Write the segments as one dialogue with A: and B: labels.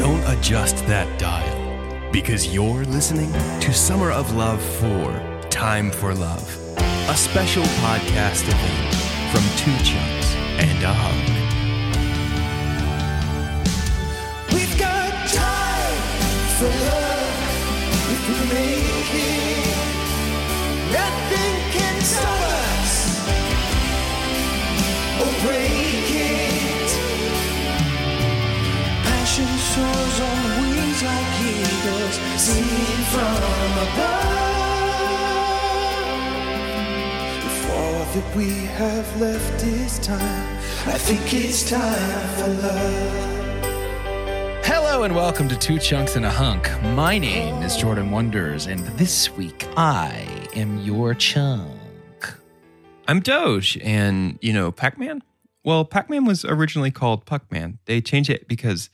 A: Don't adjust that dial because you're listening to Summer of Love 4 Time for Love, a special podcast event from two chunks and a hunk.
B: We've got time for love if we make it. Nothing can stop us or break it. Passion soars on wings like eagles, seen from above. If all that we have left is time, I think it's time for love.
C: Hello and welcome to Two Chunks and a Hunk. My name is Jordan Wonders, and this week I am your chunk.
D: I'm Doge, and you know Pac Man. Well, Pac Man was originally called Puck Man. They changed it because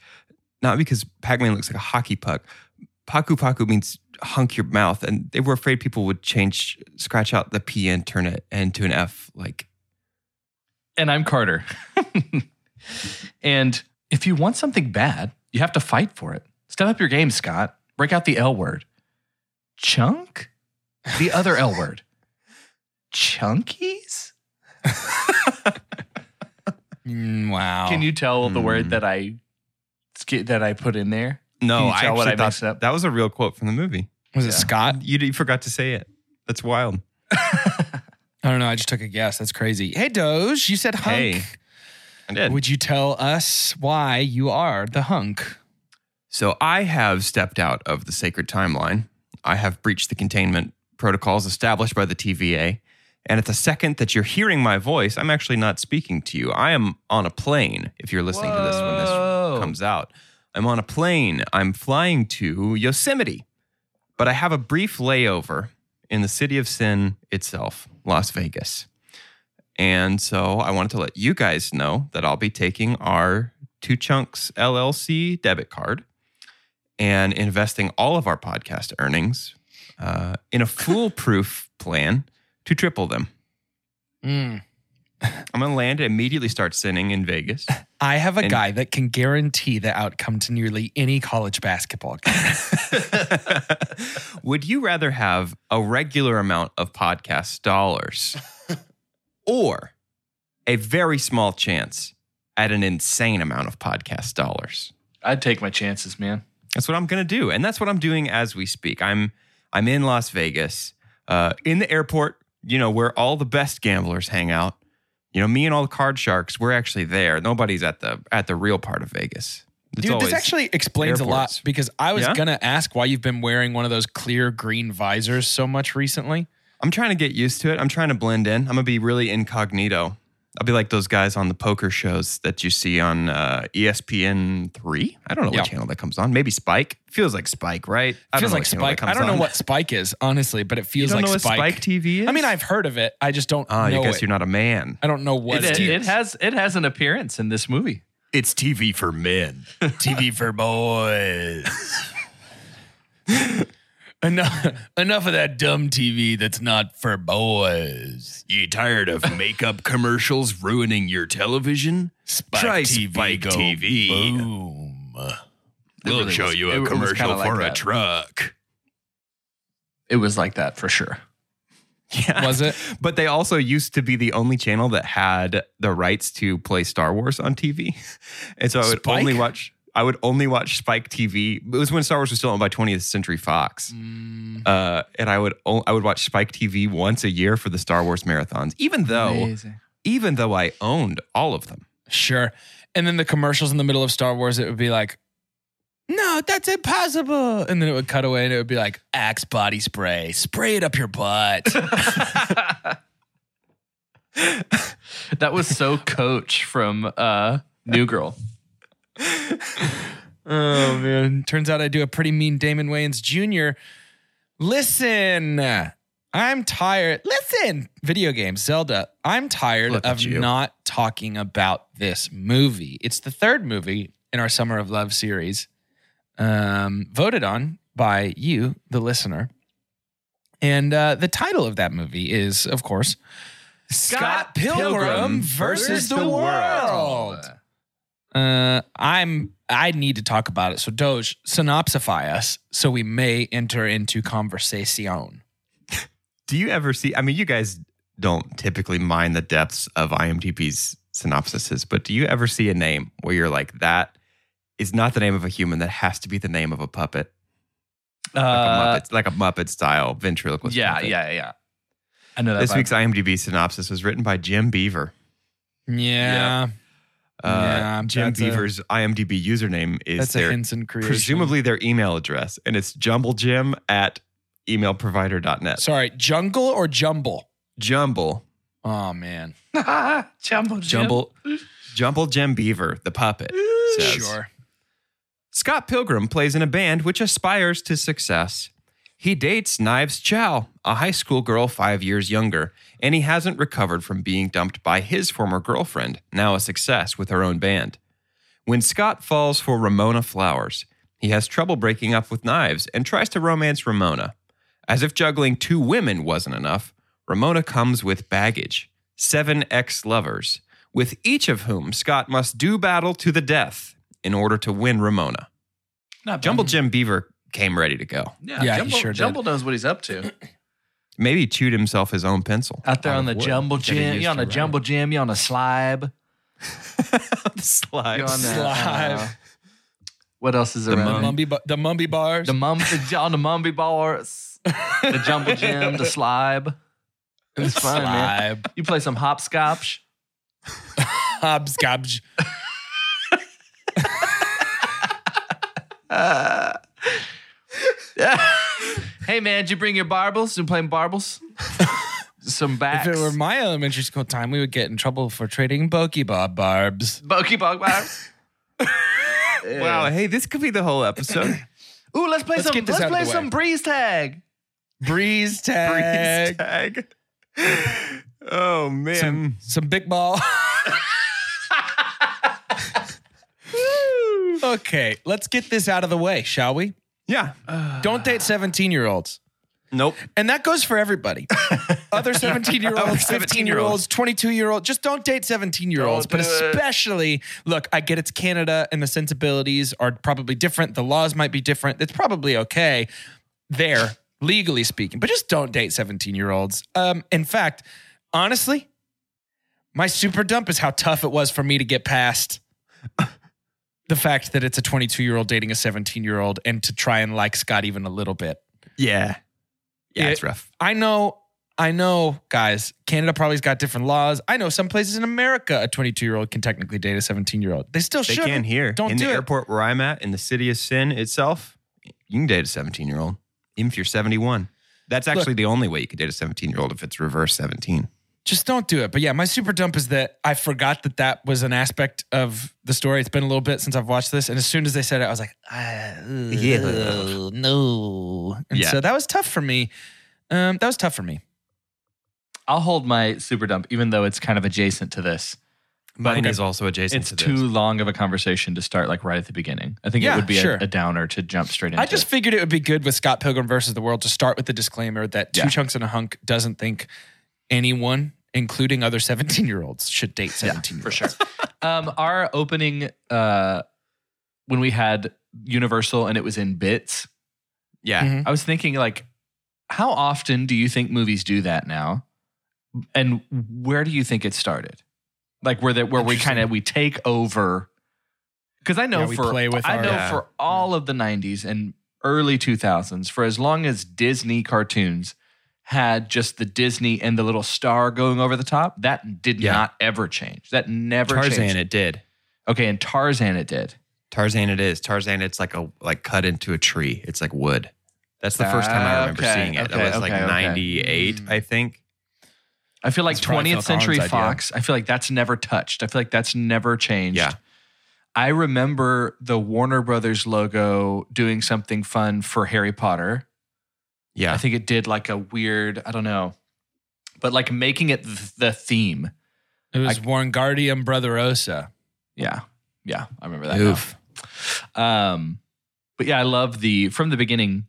D: not because Pac Man looks like a hockey puck. Paku Paku means hunk your mouth, and they were afraid people would change, scratch out the P and turn it into an F. Like,
E: and I'm Carter. and if you want something bad, you have to fight for it. Step up your game, Scott. Break out the L word. Chunk? The other L word. Chunkies?
C: Mm, Wow.
E: Can you tell the word
D: Mm.
E: that I that I put in there? Can
D: no,
E: you
D: I
E: tell what
D: actually
E: I
D: thought
E: mixed up?
D: that was a real quote from the movie.
C: Was it
E: Yeah.
C: Scott?
D: You, you forgot to say it. That's wild.
C: I don't know. I just took a guess. That's crazy. Hey, Doge, you said hunk.
D: Hey, I did.
C: Would you tell us why you are the hunk?
D: So I have stepped out of the sacred timeline. I have breached the containment protocols established by the TVA. And at the second that you're hearing my voice, I'm actually not speaking to you. I am on a plane. If you're listening to this when
E: Whoa.
D: this comes out, I'm on a plane. I'm flying to Yosemite, but I have a brief layover in the city of sin itself, Las Vegas. And so I wanted to let you guys know that I'll be taking our Two Chunks LLC debit card and investing all of our podcast earnings uh, in a foolproof plan to triple them.
C: Mm.
D: I'm going to land and immediately start sinning in Vegas.
C: I have a
D: And-
C: guy that can guarantee the outcome to nearly any college basketball game.
D: Would you rather have a regular amount of podcast dollars or a very small chance at an insane amount of podcast dollars?
E: I'd take my chances, man.
D: That's what I'm gonna do, and that's what I'm doing as we speak. I'm I'm in Las Vegas, uh, in the airport. You know where all the best gamblers hang out. You know, me and all the card sharks. We're actually there. Nobody's at the at the real part of Vegas. It's
C: Dude,
D: always-
C: this actually explains a lot
D: airports.
C: because I was
D: Yeah?
C: going to ask why you've been wearing one of those clear green visors so much recently.
D: I'm trying to get used to it. I'm trying to blend in. I'm gonna be really incognito. I'll be like those guys on the poker shows that you see on uh, ESPN three. I don't know
C: Yeah.
D: what channel that comes on. Maybe Spike. Feels like Spike, right? I
C: It
D: don't
C: feels
D: know
C: like
D: what channel that
C: Spike. I
D: comes
C: don't know
D: on.
C: what Spike is, honestly, but it
D: You
C: feels
D: don't
C: like
D: know what
C: Spike.
D: Spike TV is.
C: I mean, I've heard of it. I just don't
D: Oh,
C: know
D: you guess
C: it.
D: you're not a man.
C: I don't know what
E: It,
C: it
E: it,
C: is.
E: has it has an appearance in this movie.
D: It's TV for men.
C: TV for boys. enough, enough of that dumb TV that's not for boys.
A: You tired of makeup commercials ruining your television?
C: Spike
A: Try Spike
C: go
A: TV.
C: Boom.
A: We'll
E: really
A: show
E: was-
A: you
E: it- it
A: a
E: was
A: commercial
E: kinda like
A: for a
E: that.
A: truck.
E: It was like that for sure.
D: Yeah.
C: Was it?
D: But they also used to be the only channel that had the rights to play Star Wars on TV. And so I would
C: Spike?
D: only watch I would only watch Spike TV. It was when Star Wars was still owned by 20th Century Fox.
C: Mm.
D: Uh, and I would o- I would watch Spike TV once a year for the Star Wars marathons, even though
E: Amazing.
D: even though I owned all of them.
C: Sure. And then the commercials in the middle of Star Wars, it would be like, no, that's impossible. And then it would cut away and it would be like, Axe body spray, spray it up your butt.
E: That was so coach from uh, New Girl.
C: Oh man! Turns out I do a pretty mean Damon Wayans Jr. Listen, I'm tired. Listen, video game Zelda. I'm tired
D: Look
C: of
D: at you.
C: not talking about this movie. It's the third movie in our Summer of Love series, um, voted on by you, the listener. And uh, the title of that movie is, of course, Scott Pilgrim versus the world. Uh, I'm I need to talk about it. So Doge, synopsify us so we may enter into conversation.
D: Do you ever see? I mean, you guys don't typically mind the depths of IMDb's synopsises, but do you ever see a name where you're like, that is not the name of a human? That has to be the name of a puppet, like, a,
E: Uh,
D: Muppet, like a Muppet style ventriloquist.
E: yeah,
D: puppet.
E: yeah, yeah. I know that.
D: This
E: vibe.
D: week's IMDb synopsis was written by Jim Beaver.
C: Yeah.
D: Uh,
C: Yeah,
D: Jim
C: that's a-
D: Beaver's IMDb username is
C: That's a
D: their
C: Henson creation.
D: presumably their email address, and it's jumblejim at emailprovider.net.
C: Sorry, jungle or jumble?
D: Jumble,
C: Oh man.
E: Jumbo Jim.
D: jumble, jumble Jim Beaver, the puppet. says,
C: Sure.
D: Scott Pilgrim plays in a band which aspires to success. He dates Knives Chow, a high school girl five years younger, and he hasn't recovered from being dumped by his former girlfriend, now a success with her own band. When Scott falls for Ramona Flowers, he has trouble breaking up with Knives and tries to romance Ramona. As if juggling two women wasn't enough, Ramona comes with baggage seven ex lovers, with each of whom Scott must do battle to the death in order to win Ramona.
E: Not bad.
D: Jumble Jim Beaver came ready to go.
E: Yeah,
C: Yeah, he
E: Jumbo,
C: sure did.
E: Jumbo knows what he's up to.
D: Maybe he chewed himself his own pencil.
E: Out there
D: Out
E: on
D: of
E: the
D: wood
E: Jumbo
D: that he
E: Jim.
D: used
E: You on
D: to
E: the
D: ride.
E: Jumbo Jim. You on the slab.
D: the slide.
E: You on the uh,
C: Slab.
E: What else is
D: The
E: around?
D: mum-
E: there?
C: Mumby, bu- the Mumby bars.
E: The mum the, on the mumby bars, the jumble gym, the slab. It was fun, man.
C: Slab.
E: You play some hopscotch.
C: Hobscobs.
E: Hey man, did you bring your barbles? You playing barbles? some
C: If
E: backs.
C: it were my elementary school time, we would get in trouble for trading Bob barbs.
E: Bokey bog barbs.
D: Wow, hey, this could be the whole episode.
E: Ooh, let's play
C: Let's
E: some.
C: get this
E: Let's
C: out of
E: play
C: the way.
E: some breeze tag.
C: Breeze
D: Freeze
C: tag.
D: tag. Oh man.
C: Some, some big ball. okay, let's get this out of the way, shall we?
D: yeah.
C: Don't date 17 year olds.
D: nope.
C: And that goes for everybody. Other 17 year
D: Other
C: olds, 15 year
D: 17-year-olds.
C: olds, 22 year olds. Just don't date 17 year olds. But
E: Don't do it.
C: especially, look, I get it's Canada and the sensibilities are probably different. The laws might be different. It's probably okay there, legally speaking. But just don't date 17 year olds. Um, in fact, honestly, my super dump is how tough it was for me to get past the fact that it's a 22 year old dating a 17 year old and to try and like Scott even a little bit.
D: Yeah. Yeah,
C: Yeah.
D: it's rough.
C: I know, I know, guys, Canada probably's got different laws. I know some places in America, a 22 year old can technically date a 17 year old. They still
D: They
C: should.
D: can here.
C: Don't
D: in
C: do
D: the
C: it.
D: airport where I'm at, in the city of Sin itself, you can date a 17 year old, even if you're 71. That's actually the only way you can date a 17 year old if it's reverse 17.
C: Just don't do it. But yeah, my super dump is that I forgot that that was an aspect of the story. It's been a little bit since I've watched this. And as soon as they said it, I was like, ah, ugh,
D: Yeah.
C: no. And
D: Yeah.
C: so that was tough for me. Um, that was tough for me.
E: I'll hold my super dump, even though it's kind of adjacent to this.
D: Mine
C: okay.
D: is also adjacent
E: It's
D: to
E: too
D: this.
E: long of a conversation to start like right at the beginning. I think
C: Yeah,
E: it would be
C: sure.
E: a, a downer to jump straight into.
C: I just
E: it.
C: figured it would be good with Scott Pilgrim versus the World to start with the disclaimer that Two
E: Yeah.
C: Chunks and a Hunk doesn't think anyone, including other 17 year olds, should date 17 year olds.
E: for sure. um, our opening uh, when we had Universal and it was in bits,
D: Yeah.
C: Mhm.
E: I was thinking like, how often do you think movies do that now? And where do you think it started? Like where that where we
C: Interesting.
E: kind of we take over. Because I know
C: Yeah, we
E: for
C: play with
E: I
C: our-
E: know
D: Yeah.
E: for all of the '90s and early 2000s, for as long as Disney cartoons had just the Disney and the little star going over the top, that did
D: Yeah.
E: not ever change. That never
D: Tarzan,
E: changed.
D: it did.
E: Okay, and Tarzan it did.
D: Tarzan, it is. Tarzan, it's like a like cut into a tree. It's like wood. That's the first time I
E: Ah,
D: remember
E: okay,
D: seeing it. That
E: okay,
D: was like
E: okay, okay.
D: '98, I think.
E: I feel like
C: That's probably
E: 20th
C: Phil
E: Century
C: Collins' idea.
E: Fox, I feel like that's never touched. I feel like that's never changed.
D: Yeah.
E: I remember the Warner Brothers logo doing something fun for Harry Potter.
D: Yeah.
E: I think it did like a weird, I don't know, but like making it th- the theme.
C: It was Warngardium Brotherosa.
E: Yeah. Yeah. I remember that. now. Um, but yeah, I love the from the beginning,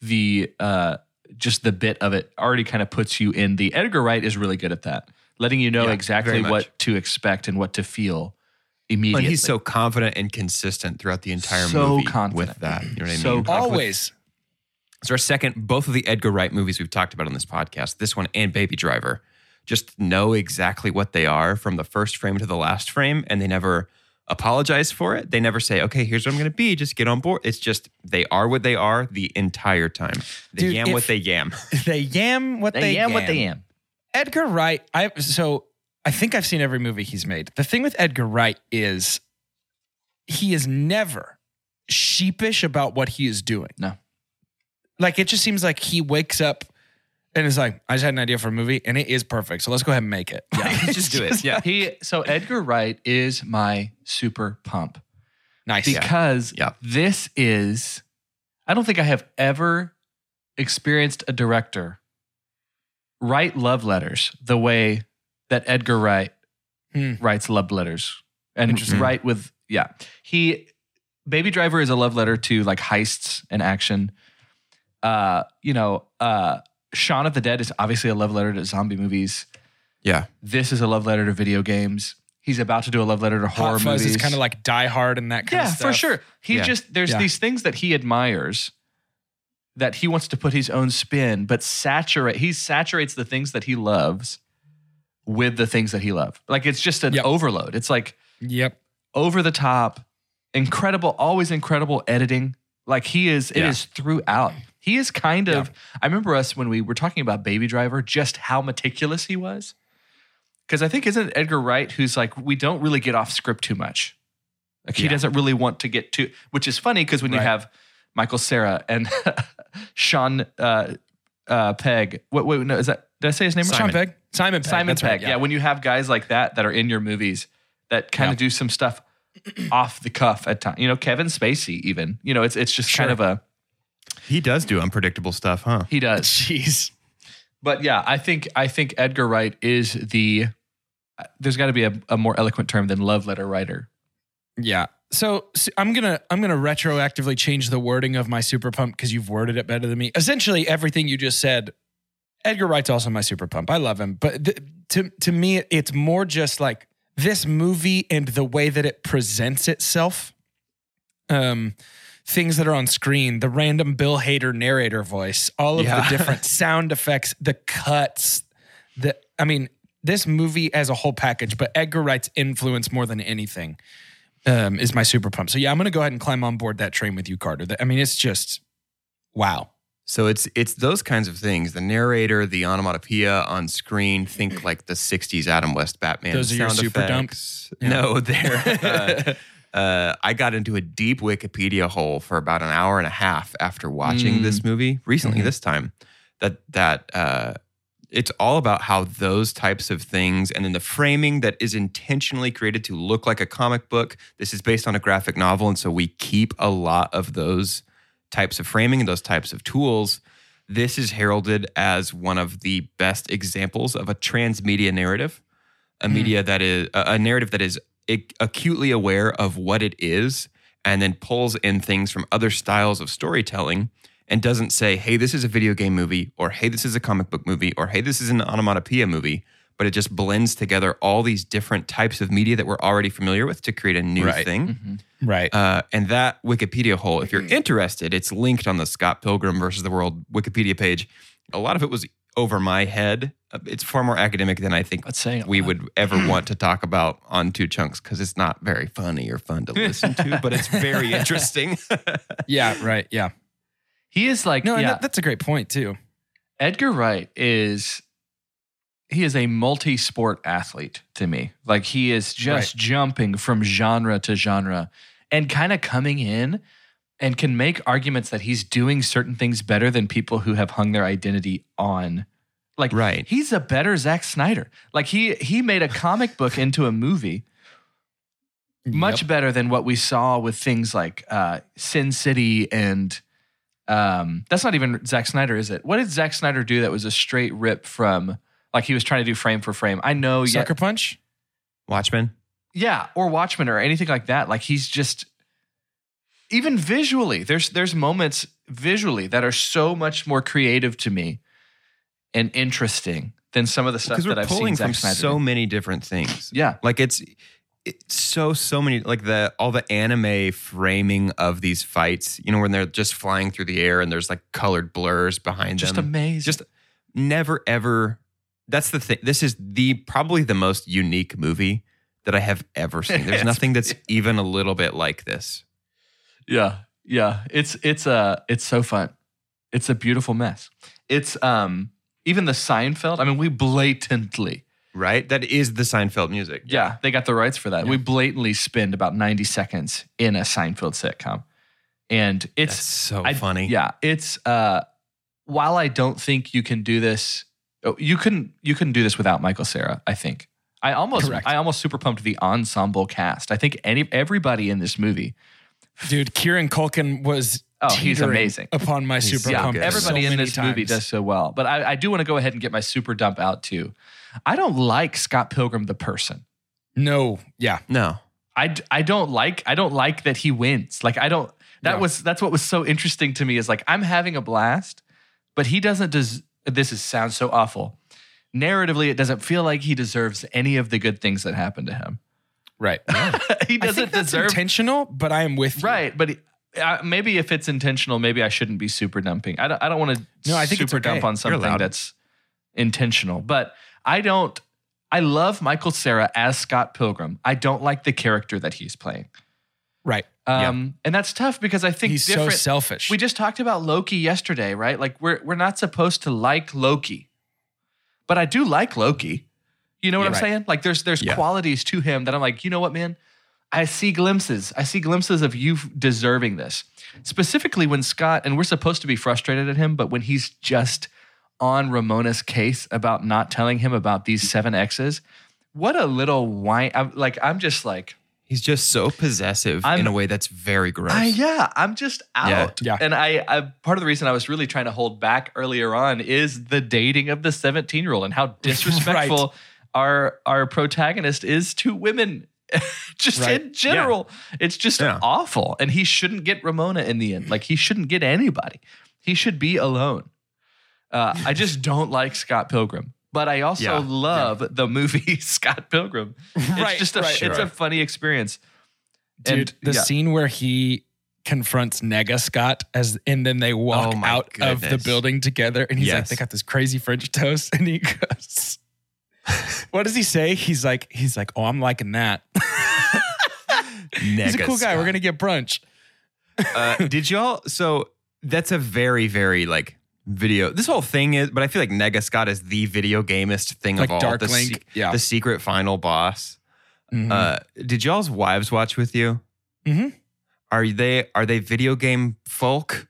E: the uh, just the bit of it already kind of puts you in the Edgar Wright is really good at that, letting you know
D: Yeah,
E: exactly
D: very much.
E: what to expect and what to feel immediately.
D: and he's so confident and consistent throughout the entire
E: So
D: movie
E: confident.
D: with that. You know what I mean?
E: So confident.
C: Always.
D: It's our second, both of the Edgar Wright movies we've talked about on this podcast, this one and Baby Driver, just know exactly what they are from the first frame to the last frame. And they never apologize for it. They never say, okay, here's what I'm going to be. Just get on board. It's just they are what they are the entire time. They
C: Dude,
D: yam
C: if-
D: what they yam.
C: they yam what they,
E: they am what they am.
C: Edgar Wright, I so I think I've seen every movie he's made. The thing with Edgar Wright is he is never sheepish about what he is doing.
E: No.
C: Like it just seems like he wakes up and is like, I just had an idea for a movie and it is perfect. So let's go ahead and make it. Yeah,
D: just do it. Yeah.
E: He so Edgar Wright is my super pump
C: Nice.
E: because
D: Yeah.
E: this is I don't think I have ever experienced a director write love letters the way that Edgar Wright
C: Hmm.
E: writes love letters and
C: Interesting.
E: write with yeah he Baby Driver is a love letter to like heists and action. Uh, you know, uh, Shaun of the Dead is obviously a love letter to zombie movies.
D: Yeah.
E: This is a love letter to video games. He's about to do a love letter to horror
C: Hot Fuzz
E: movies.
C: is kind of like Die Hard and that kind
E: yeah,
C: of stuff.
E: for sure. He
D: Yeah.
E: just there's
C: Yeah.
E: these things that he admires that he wants to put his own spin, but saturate he saturates the things that he loves with the things that he loved. Like it's just an
C: Yep.
E: overload. It's like
C: Yep.
E: over the top, incredible, always incredible editing. Like he is, it
D: Yeah.
E: is throughout. He is kind of, I remember us when we were talking about Baby Driver, just how meticulous he was. Cause I think, isn't it Edgar Wright who's like, we don't really get off script too much. Like he
D: Yeah.
E: doesn't really want to get too, which is funny because when you
C: Right.
E: have Michael Sarah and Sean uh, uh, Pegg, what, wait, no, is that, did I say his name?
C: Sean Pegg. Simon Pegg.
E: Simon
C: that's
E: Pegg.
C: right,
E: yeah. when you have guys like that that are in your movies that kind
C: Yeah.
E: of do some stuff off the cuff at times. You know, Kevin Spacey even. You know, it's it's just kind
C: Sure.
E: of a
D: He does do unpredictable stuff, huh?
E: he does.
C: Jeez.
E: But yeah, I think I think Edgar Wright is the uh, there's got to be a, a more eloquent term than love letter writer.
C: Yeah. So, s I'm gonna I'm gonna retroactively change the wording of my super pump because you've worded it better than me. Essentially, everything you just said. Edgar Wright's also my super pump. I love him, but th- to to me, it's more just like this movie and the way that it presents itself. Um, things that are on screen, the random Bill Hader narrator voice, all of
D: Yeah.
C: the different sound effects, the cuts, the I mean, this movie as a whole package, but Edgar Wright's influence more than anything um, is my super pump. So yeah, I'm gonna go ahead and climb on board that train with you, Carter. That- I mean, it's just wow.
D: So it's it's those kinds of things. The narrator, the onomatopoeia on screen. Think like the '60s Adam West Batman.
C: Those are your
D: sound
C: super
D: effects.
C: Yeah.
D: No, they're. uh, uh, I got into a deep Wikipedia hole for about an hour and a half after watching
E: Mm.
D: this movie recently. This time, that that uh, it's all about how those types of things, and then the framing that is intentionally created to look like a comic book. This is based on a graphic novel, and so we keep a lot of those types of framing and those types of tools, this is heralded as one of the best examples of a transmedia narrative, a media that is a a narrative that is ac- acutely aware of what it is and then pulls in things from other styles of storytelling and doesn't say, "Hey, this is a video game movie," or "Hey, this is a comic book movie," or "Hey, this is an onomatopoeia movie." But it just blends together all these different types of media that we're already familiar with to create a new
C: Right.
D: thing.
C: Right.
D: Uh, and that Wikipedia hole, if you're interested, it's linked on the Scott Pilgrim versus the World Wikipedia page. A lot of it was over my head. Uh, It's far more academic than I think
E: Let's say
D: we would ever want to talk about on two chunks because it's not very funny or fun to listen to, but it's very interesting.
C: yeah. Right. Yeah.
E: He is like
C: No, and
E: yeah,
C: that, that's a great point too.
E: Edgar Wright is he is a multi-sport athlete to me. Like he is just jumping from genre to genre and kind of coming in and can make arguments that he's doing certain things better than people who have hung their identity on Like
D: Right.
E: he's a better Zack Snyder. Like he he made a comic book into a movie much better than what we saw with things like uh, Sin City and um, that's not even Zack Snyder, is it? What did Zack Snyder do that was a straight rip from like he was trying to do frame for frame? I know, yeah,
C: Sucker Punch.
D: Watchmen.
E: yeah, or Watchmen or anything like that. Like he's just even visually, there's there's moments visually that are so much more creative to me and interesting than some of the stuff
D: Because
E: that
D: we're
E: I've
D: pulling
E: seen
D: from
E: Zack Snyder.
D: so
E: do.
D: many different things.
E: yeah,
D: Like it's it's so so many like the all the anime framing of these fights. You know when they're just flying through the air and there's like colored blurs behind
E: just
D: them.
E: amazing.
D: just never ever that's the thing this is the probably the most unique movie that i have ever seen there's
E: It's-
D: nothing that's even a little bit like this
E: Yeah, yeah. It's it's uh it's so fun. It's a beautiful mess. It's um even the Seinfeld. I mean, we blatantly
D: right that is the seinfeld music
E: yeah they got the rights for that. We blatantly spend about ninety seconds in a Seinfeld sitcom, and it's
D: it's so
E: I-
D: funny
E: Yeah, it's uh while I don't think you can do this, oh, you couldn't you couldn't do this without Michael Sarah. I think I almost
C: Correct.
E: I almost super pumped the ensemble cast. I think any everybody in this movie
C: Dude, Kieran Culkin was
E: Oh, he's
C: teetering
E: amazing.
C: upon my
D: He's
C: super
D: so
C: pump.
D: good.
C: so
E: Everybody in
C: many
E: this movie
C: times.
E: does so well. But I, I do want to go ahead and get my super dump out too. I don't like Scott Pilgrim the person.
C: No, yeah.
D: no
E: I, d- I don't like I don't like that he wins. Like I don't that
C: Yeah.
E: was that's what was so interesting to me is like I'm having a blast, but he doesn't des- this is sounds so awful. Narratively, it doesn't feel like he deserves any of the good things that happened to him.
C: Right.
E: he
C: I think
E: doesn't
C: that's
E: deserve
C: intentional, but I am with you.
E: right, but he- uh, maybe if it's intentional, maybe I shouldn't be super dumping. I don't, I don't want to
C: No, I think it's
E: super
C: okay.
E: dump on something
D: allowed.
E: that's intentional. But I don't. I love Michael Sarah as Scott Pilgrim. I don't like the character that he's playing.
C: Right.
E: Um, And that's tough because I think
C: He's so
E: different.
C: selfish.
E: we just talked about Loki yesterday, right? Like we're we're not supposed to like Loki, but I do like Loki. You know what
C: Yeah,
E: I'm
C: right.
E: saying? Like there's there's
D: Yeah.
E: qualities to him that I'm like, you know what, man? I see glimpses. I see glimpses of you f- deserving this. Specifically when Scott and we're supposed to be frustrated at him, but when he's just on Ramona's case about not telling him about these seven X's, what a little whine! I'm, like I'm just like,
D: he's just so possessive
E: I'm-
D: in a way that's very gross
E: I, yeah, I'm just
D: Yeah.
E: out.
C: Yeah.
E: And I, I, part of the reason I was really trying to hold back earlier on is the dating of the 17 year old and how disrespectful our our protagonist is to women. just
C: Right.
E: in general, it's just
D: Yeah.
E: awful. And he shouldn't get Ramona in the end. Like he shouldn't get anybody. He should be alone. Uh, I just don't like Scott Pilgrim, but I also
D: Yeah.
E: love the movie Scott Pilgrim.
C: Right,
E: it's just a,
C: right.
E: it's
D: Sure.
E: a funny experience.
C: Dude, the
E: yeah.
C: scene where he confronts Nega Scott as and then they walk
D: Oh my
C: out of the
D: goodness.
C: building together and he's like
D: Yes.
C: they got this crazy french toast and he goes What does he say? He's like he's like, "Oh, I'm liking that." he's a
D: Nega
C: cool guy. We're
D: Scott.
C: going to get brunch.
D: uh, did y'all? So that's a very, very like video. This whole thing is, but I feel like Nega Scott is the video gamist thing of
C: Like
D: all.
C: Dark
D: the
C: Link, yeah.
D: the secret final boss.
C: Mhm.
D: Uh, did y'all's wives watch with you?
C: Mhm.
D: Are they are they video game folk,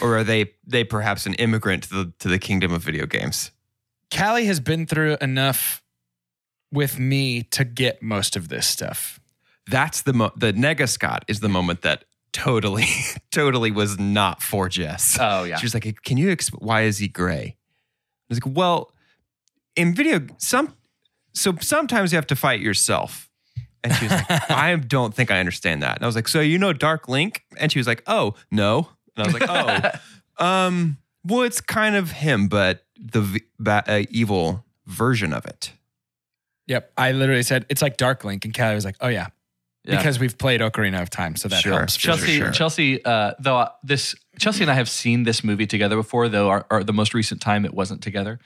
D: or are they they perhaps an immigrant to the to the kingdom of video games?
C: Callie has been through enough with me to get most of this stuff.
D: That's the mo- the Nega Scott is the moment that totally totally was not for Jess.
E: Oh yeah.
D: She was like, "Can you exp- why is he gray?" I was like, "Well, in video some so sometimes you have to fight yourself." And she was like, "I don't think I understand that." And I was like, "So you know Dark Link?" And she was like, "Oh, no." And I was like, "Oh, um, well, it's kind of him, but the v- ba- uh, evil version of it."
C: Yep. I literally said it's like Dark Link, and Callie was like, "Oh yeah,
E: Yeah.
C: because we've played Ocarina of Time, so that
D: Sure.
C: helps."
D: Sure,
E: Chelsea,
D: sure.
E: Chelsea, uh, though uh, this Chelsea and I have seen this movie together before, though our, our- the most recent time it wasn't together.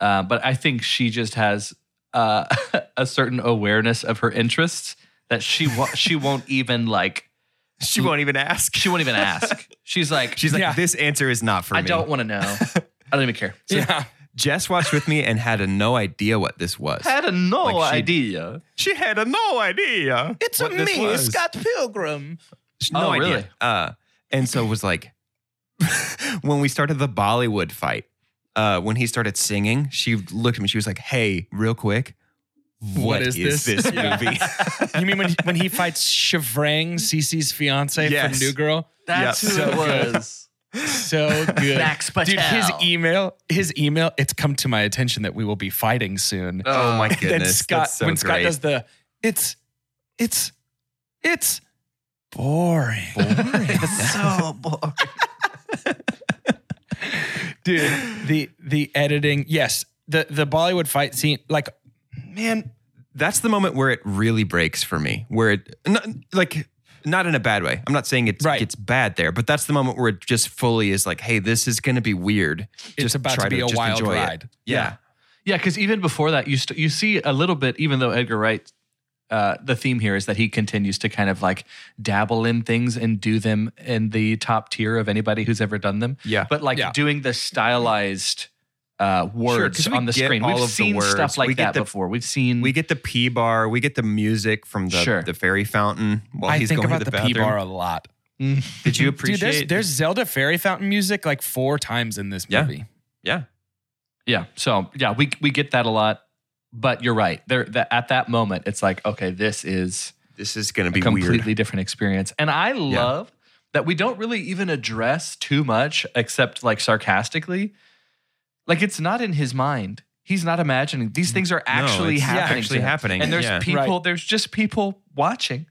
E: Uh, but I think she just has uh, a certain awareness of her interests that she wa- she won't even like.
D: She won't even ask.
E: She won't even ask. She's like,
D: She's like,
C: Yeah.
D: "This answer is not for
E: I
D: me."
E: don't want to know. I don't even care. So
C: Yeah.
D: Jess watched with me and had a no idea what this was.
E: I had a no
D: Like she-
E: idea.
D: She had a no idea.
C: It's
D: what this was.
C: Pilgrim.
D: She- no
E: Oh,
D: idea.
E: really?
D: Uh, and so was like, when we started the Bollywood fight, uh, when he started singing, she looked at me. She was like, "Hey, real quick,
C: What is this?"
D: movie?"
C: You mean when when he fights Chevrang, Cece's fiance
D: Yes.
C: from New Girl?
E: That's
D: Yep.
E: who it was.
C: So good.
E: Max
C: Dude, his
E: Patel.
C: email, his email, it's come to my attention that we will be fighting soon.
D: oh my
C: And
D: goodness!
C: Then Scott,
D: That's so
C: when Scott
D: great.
C: does the, it's, it's, it's boring.
E: It's so boring.
C: Dude, the the editing, yes, the the Bollywood fight scene, like, man,
D: that's the moment where it really breaks for me. Where it not, like not in a bad way. I'm not saying it's
C: Right.
D: it's bad there, but that's the moment where it just fully is like, "Hey, this is going to be weird."
C: it's
D: Just
C: about
D: try
C: to be a
D: just
C: wild
D: enjoy it.
C: ride.
D: Yeah.
E: Yeah, because even before that, you st- you see a little bit. Even though Edgar Wright, uh, the theme here is that he continues to kind of like dabble in things and do them in the top tier of anybody who's ever done them.
D: Yeah.
E: but like
C: Yeah. doing
E: doing the stylized uh, words
D: 'cause we
E: on the
D: get
E: screen.
D: all
E: We've
D: of the
E: seen
D: words.
E: stuff like
D: We get
E: that
D: the-
E: before. We've seen
D: We get the P bar. We get the music from the
E: Sure.
D: the fairy fountain while
C: I
D: he's
C: think
D: going to
C: about the,
D: the,
C: P
D: bathroom.
C: bar a lot.
D: Did you
C: Dude,
D: appreciate?
C: there's, there's Zelda fairy fountain music like four times in this
D: Yeah.
C: movie.
D: yeah.
E: yeah. So yeah, we we get that a lot. But you're right. There that at that moment, it's like okay, this is
D: This is going to
E: a
D: be
E: completely
D: weird.
E: different experience. And I love that we don't really even address too much except like sarcastically. Like it's not in his mind. He's not imagining. These things are actually
D: it's
E: happening.
D: actually
E: to him.
D: happening,
E: And there's
D: yeah.
E: people,
C: Right.
E: there's just people watching.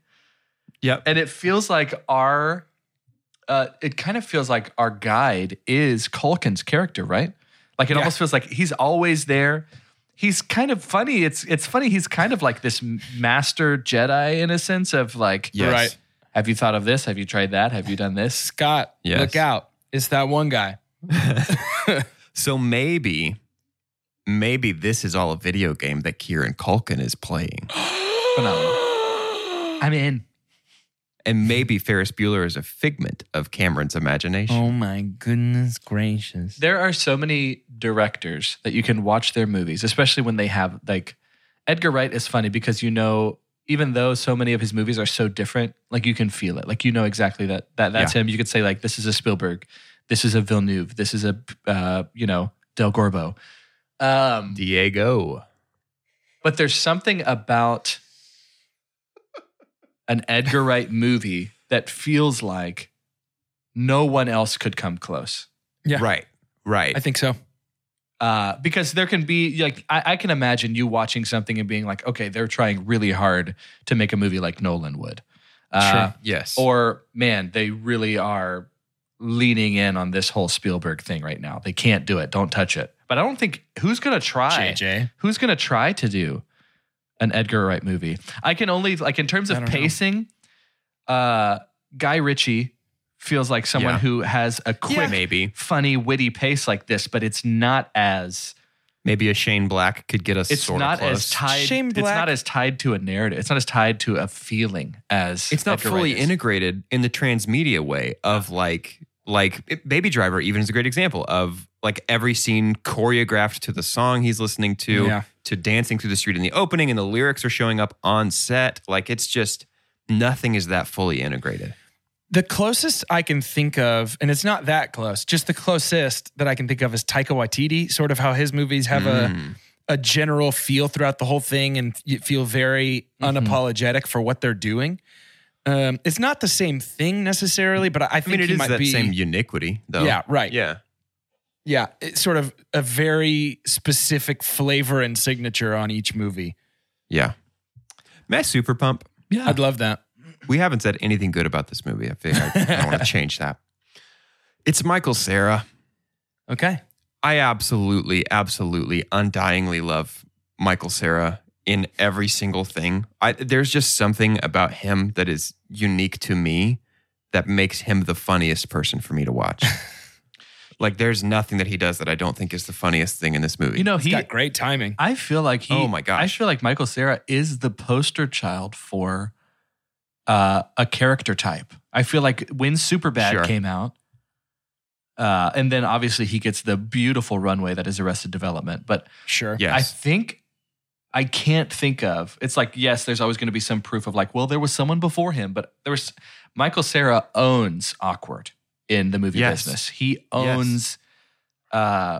D: Yep.
E: And it feels like our uh it kind of feels like our guide is Culkin's character, right? Like it
C: Yeah.
E: almost feels like he's always there. He's kind of funny. It's it's funny. He's kind of like this master Jedi in a sense of like,
D: Yes.
C: Right.
E: have you thought of this? Have you tried that? Have you done this?
C: Scott,
D: Yes.
C: look out. It's that one guy.
D: So maybe, maybe this is all a video game that Kieran Culkin is playing,
E: Phenomenal. I'm in.
D: and maybe Ferris Bueller is a figment of Cameron's imagination.
C: Oh my goodness gracious.
E: There are so many directors that you can watch their movies, especially when they have like Edgar Wright is funny because you know, even though so many of his movies are so different, like you can feel it. Like you know exactly that that that's him. You could say like this is a Spielberg, this is a Villeneuve, this is a uh, you know Del Gorbo. Um,
D: Diego.
E: but there's something about an Edgar Wright movie that feels like no one else could come close.
C: Yeah.
D: Right. Right.
C: Oh. I think so.
E: Uh, because there can be like I, I can imagine you watching something and being like, okay, they're trying really hard to make a movie like Nolan would. Uh,
D: yes.
E: Or man, they really are leaning in on this whole Spielberg thing right now. They can't do it. Don't touch it. But I don't think who's gonna try
C: JJ.
E: who's going to try to do an Edgar Wright movie? I can only like in terms
C: I
E: of
C: don't know.
E: pacing, uh, Guy Ritchie feels like someone
D: Yeah.
E: who has a quick,
D: maybe.
E: funny, witty pace like this, but it's not as
D: Maybe a Shane Black could get us
E: it's
D: sorta
E: not
D: close.
E: as tied.
C: Shane
E: It's
C: Black-
E: not as tied to a narrative. It's not as tied to a feeling as
D: it's not
E: Edgar
D: fully
E: Wright is.
D: integrated in the transmedia way of like like it- baby driver even is a great example of like every scene choreographed to the song he's listening to
C: Yeah.
D: to dancing through the street in the opening and the lyrics are showing up on set like it's just nothing is that fully integrated
C: The closest I can think of, and it's not that close, just the closest that I can think of is Taika Waititi, sort of how his movies have
D: Mm.
C: a, a general feel throughout the whole thing and you feel very
D: Mm-hmm.
C: unapologetic for what they're doing. Um, it's not the same thing necessarily, but I, I
D: i
C: think
D: mean it
C: he
D: is
C: might
D: that
C: be.
D: same uniquity though
C: yeah, right.
D: yeah
C: Yeah, it's sort of a very specific flavor and signature on each movie.
D: yeah matt super pump
E: Yeah.
C: I'd love that.
D: we haven't said anything good about this movie i figure i, I want to change that it's michael sarah
C: Okay.
D: I absolutely, absolutely, undyingly love Michael Sarah in every single thing. I, there's just something about him that is unique to me that makes him the funniest person for me to watch. like, there's nothing that he does that I don't think is the funniest thing in this movie.
E: You know,
C: He's
E: he
C: got great timing.
E: I feel like he.
D: Oh my gosh.
E: I feel like Michael Sarah is the poster child for uh, a character type. I feel like when Superbad
D: Sure.
E: came out, uh, and then obviously he gets the beautiful runway that is Arrested Development. But
C: Sure.
E: I
D: yes,
E: think I can't think of. It's like yes, there's always going to be some proof of like, well, there was someone before him, but there was Michael Sarah owns awkward in the movie
D: Yes.
E: business. He
D: Yes.
E: owns. Uh,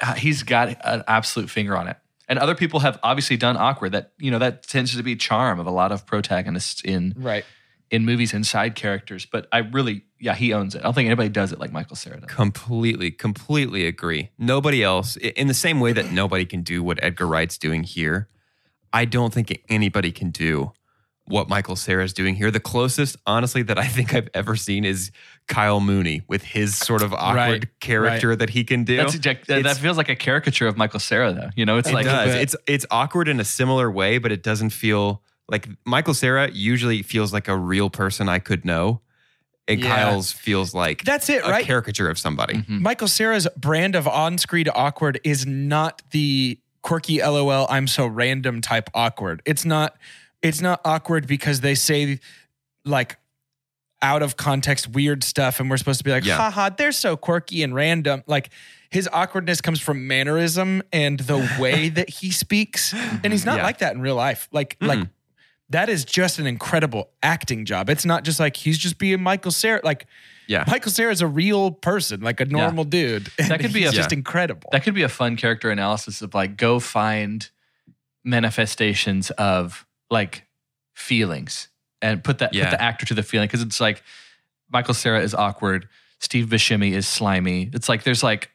E: uh, he's got an absolute finger on it. And other people have obviously done awkward. That you know that tends to be charm of a lot of protagonists in
C: Right.
E: in movies and side characters. But I really, yeah, he owns it. I don't think anybody does it like Michael Cera does.
D: Completely, completely agree. Nobody else, i- in the same way that nobody can do what Edgar Wright's doing here, I don't think anybody can do what Michael Sarah is doing here. The closest, honestly, that I think I've ever seen is Kyle Mooney with his sort of awkward
C: Right,
D: character that he can do.
E: That's exact- that, that
D: it's-
E: feels like a caricature of Michael Cera, though. You know, it's
D: It
E: like
D: does.
C: but-
D: It's it's awkward in a similar way, but it doesn't feel like Michael Sarah usually feels like a real person I could know, and
C: Yeah.
D: Kyle's feels like
C: That's it,
D: a
C: right? Mm-hmm.
D: caricature of somebody.
E: Mhm.
C: Michael Sarah's brand of on-screen awkward is not the quirky LOL I'm so random type awkward. It's not it's not awkward because they say like out of context weird stuff and we're supposed to be like
D: Yeah.
C: haha they're so quirky and random like his awkwardness comes from mannerism and the way that he speaks and he's not
D: Mm-hmm. Yeah.
C: like that in real life like like
D: Mm-mm.
C: that is just an incredible acting job it's not just like he's just being Michael Sarah like
D: Yeah.
C: Michael Sarah is a real person, like a normal dude. And
E: That could be
C: he's
E: a-
C: just incredible.
E: that could be a fun character analysis of like go find manifestations of like feelings and put that
D: Yeah.
E: put the actor to the feeling because it's like Michael Sarah is awkward, Steve Buscemi is slimy. It's like there's like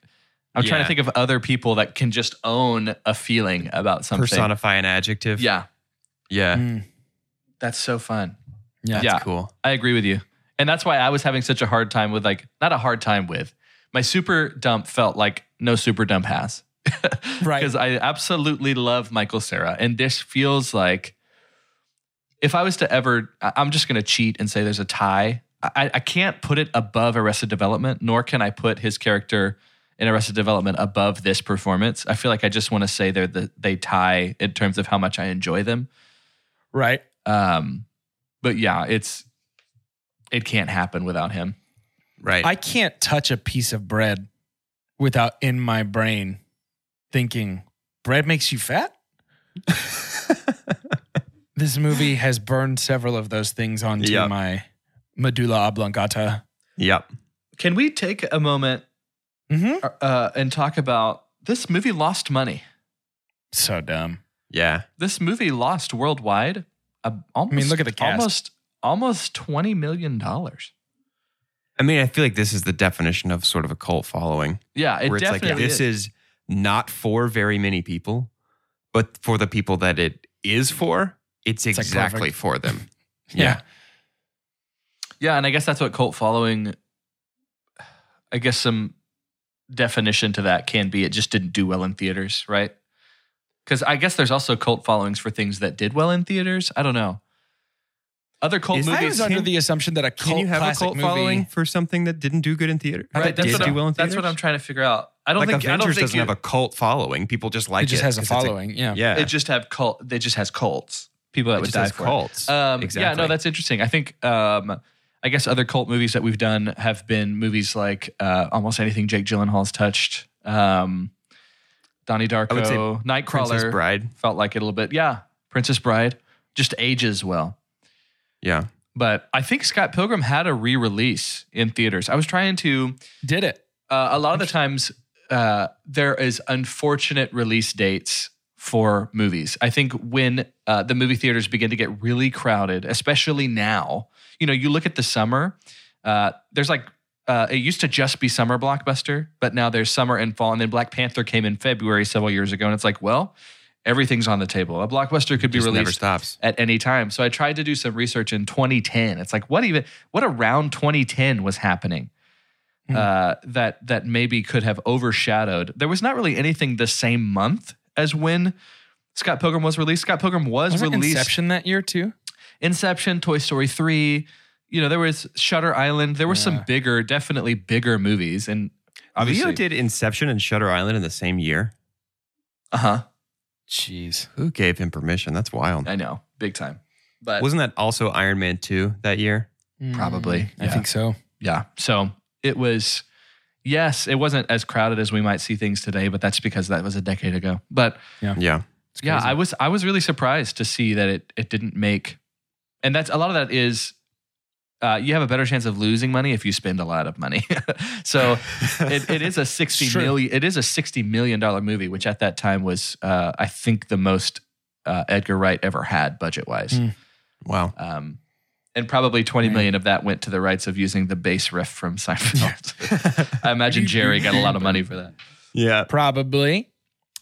E: I'm trying
D: Yeah.
E: to think of other people that can just own a feeling about something.
D: Personify an adjective.
E: yeah,
D: Yeah.
C: Mm.
E: that's so fun.
C: Yeah.
D: That's
E: yeah.
D: cool.
E: I agree with you. And that's why I was having such a hard time with like not a hard time with. My super dump felt like no super dump has.
C: Right.
E: Because I absolutely love Michael Sarah. And this feels like if I was to ever I- I'm just gonna cheat and say there's a tie. I, I can't put it above Arrested Development, nor can I put his character in Arrested Development above this performance. I feel like I just want to say they're the, they tie in terms of how much I enjoy them.
C: Right.
E: Um, but yeah, it's it can't happen without him.
D: Right.
C: I can't touch a piece of bread without in my brain thinking, bread makes you fat? this movie has burned several of those things onto
D: Yeah.
C: my medulla oblongata.
D: yep.
E: Can we take a moment
C: hmm
E: uh, and talk about this movie lost money?
C: So dumb.
D: Yeah.
E: This movie lost worldwide. Uh, almost,
C: look at the cast.
E: almost almost twenty million dollars.
D: I mean, I feel like this is the definition of sort of a cult following,
E: Yeah, it
D: where it's like
E: definitely
D: this is not for very many people, but for the people that it is for, it's,
C: It's like
D: exactly
C: perfect.
D: for them.
C: Yeah.
E: Yeah, and I guess that's what cult following. I guess some definition to that can be it just didn't do well in theaters, right? Because I guess there's also cult followings for things that did well in theaters. I don't know. Other cult
D: Is-
C: I
E: movies.
C: was under the assumption that a cult
D: Can you have a
C: classic
D: cult
C: movie-
D: following for something that didn't do good in theater?
E: Right,
D: that
E: that's,
D: did
E: what
D: do
E: I'm,
D: well in
E: that's what
D: theaters?
E: I'm trying to figure out. I don't
D: Like
E: think I don't
D: Avengers
E: think
D: doesn't
E: you-
D: have a cult following. People just like
C: It
D: it.
C: just has a
D: 'cause it's
C: following. yeah.
D: yeah.
E: it just have cult. They just has cults. People that
D: It
E: would
D: just
E: die
D: has
E: for it.
D: cults.
E: Um, Yeah,
D: Exactly.
E: no, that's interesting. I think um, I guess other cult movies that we've done have been movies like uh, almost anything Jake Gyllenhaal's touched. Um, Donnie Darko,
D: would say Princess
E: Nightcrawler,
D: Bride.
E: felt like it a little bit. Yeah, Princess Bride just ages well.
D: Yeah.
E: But I think Scott Pilgrim had a re-release in theaters. I was trying to
C: Did it.
E: uh, a lot of the times uh, there is unfortunate release dates for movies. I think when uh, the movie theaters begin to get really crowded, especially now, you know, you look at the summer. Uh, there's like uh, it used to just be summer blockbuster, but now there's summer and fall, and then Black Panther came in February several years ago, and it's like, well, everything's on the table. A blockbuster could be
D: Just never
E: released
D: stops.
E: at any time. So I tried to do some research in 2010. It's like what even what around 2010 was happening
D: Hmm.
E: uh, that that maybe could have overshadowed. There was not really anything the same month as when Scott Pilgrim was released. Scott Pilgrim was,
C: Was it
E: released.
C: Inception that year too?
E: Inception, Toy Story 3. You know, there was Shutter Island. There were some bigger, definitely bigger movies. And obviously,
D: Leo did Inception and Shutter Island in the same year.
E: Uh huh.
C: Jeez.
D: Who gave him permission? That's wild.
E: I know, big time. But
D: Wasn't that also Iron Man 2 that year?
E: Probably,
C: Mm, I
E: yeah.
C: think so.
E: yeah. So it was, yes, it wasn't as crowded as we might see things today, but that's because that was a decade ago. But
D: Yeah.
E: yeah,
C: crazy.
E: I was I was really surprised to see that it it didn't make, and that's a lot of that is uh, you have a better chance of losing money if you spend a lot of money. so it, it is a sixty
C: Sure.
E: million. It is a sixty million dollar movie, which at that time was, uh, I think, the most uh, Edgar Wright ever had budget wise.
C: Mm.
D: Wow.
E: Um, and probably twenty million of that went to the rights of using the bass riff from Seinfeld. I imagine Jerry got a lot of money for that.
D: Yeah.
C: Probably.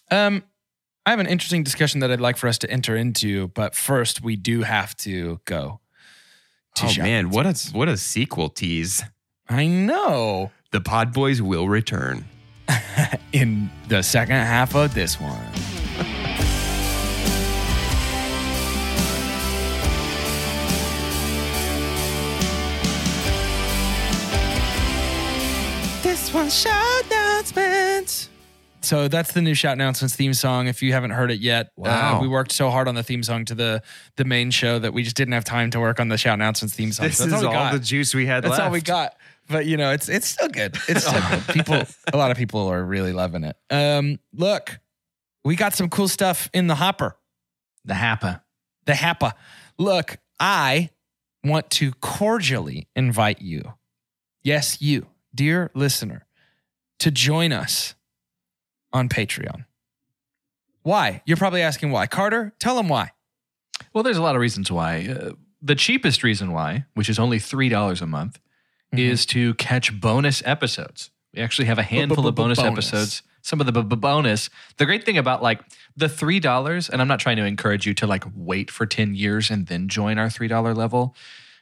C: Um, I have an interesting discussion that I'd like for us to enter into, but first we do have to go. to
D: Oh
C: shopping.
D: man, what a what a sequel tease.
C: I know.
D: The Pod Boys will return.
C: In the second half of this one. This one's shout announcements. So that's the new shout announcements theme song. If you haven't heard it yet, Uh,
D: Wow.
C: we worked so hard on the theme song to the the main show that we just didn't have time to work on the shout announcements theme song.
D: This
C: So
D: is
C: that's
D: all
C: we got.
D: the juice we had
C: That's
D: left.
C: all we got. But you know, it's it's still good. It's still good. People, a lot of people are really loving it. Um, look, we got some cool stuff in the hopper,
E: The Happa.
C: the happa. Look, I want to cordially invite you, yes, you, dear listener, to join us on Patreon. Why? You're probably asking why. Carter, tell them why.
E: Well, there's a lot of reasons why. Uh, the cheapest reason why, which is only three dollars a month, is to catch bonus episodes. We actually have a handful of bonus
C: Bonus.
E: episodes. Some of the b- b- bonus. The great thing about like the three dollars, and I'm not trying to encourage you to like wait for ten years and then join our three dollar level.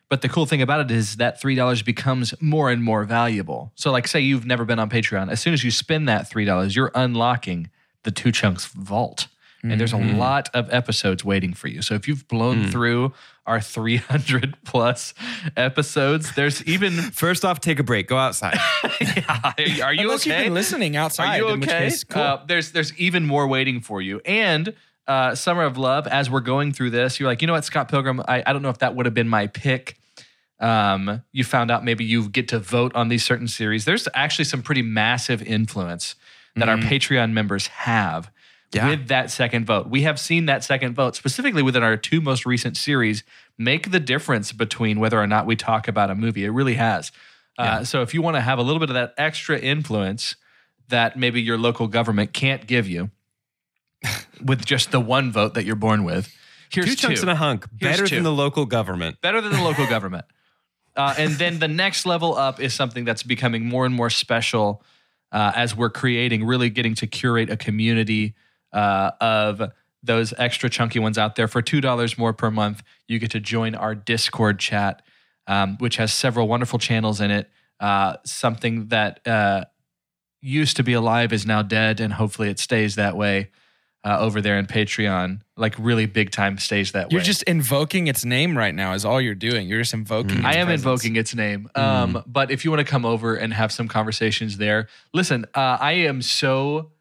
E: But the cool thing about it is that three dollars becomes more and more valuable. So, like, say you've never been on Patreon, as soon as you spend that three dollars, you're unlocking the two chunks vault. And there's a lot of episodes waiting for you. So if you've blown through our 300 plus episodes, there's even.
D: First off, take a break. Go outside.
E: Yeah, are, are you
C: Unless
E: okay?
C: you've been listening outside,
E: Are you
C: in which
E: okay?
C: case, cool.
E: Uh, there's there's even more waiting for you. And uh, Summer of Love, as we're going through this, you're like, you know what, Scott Pilgrim, I, I don't know if that would have been my pick. Um, you found out maybe you get to vote on these certain series. There's actually some pretty massive influence that our
C: Mm-hmm.
E: Patreon members have
D: Yeah.
E: with that second vote. We have seen that second vote specifically within our two most recent series make the difference between whether or not we talk about a movie. It really has. Uh, so if you want to have a little bit of that extra influence that maybe your local government can't give you with just the one vote that you're born with, here's
D: two chunks and a hunk.
E: Here's
D: better
E: two.
D: than the local government.
E: better than the local government. Uh, and then the next level up is something that's becoming more and more special uh, as we're creating, really getting to curate a community uh, of those extra chunky ones out there. For $2 more per month, you get to join our Discord chat, um, which has several wonderful channels in it. Uh, something that uh, used to be alive is now dead, and hopefully it stays that way uh, over there in Patreon. Like, really big time stays that
C: You're
E: way.
C: just invoking its name right now. Is all you're doing. You're just invoking. its
E: Mm. I am
C: presence.
E: invoking its name. Um,
C: Mm.
E: But if you want to come over and have some conversations there, listen, uh, I am so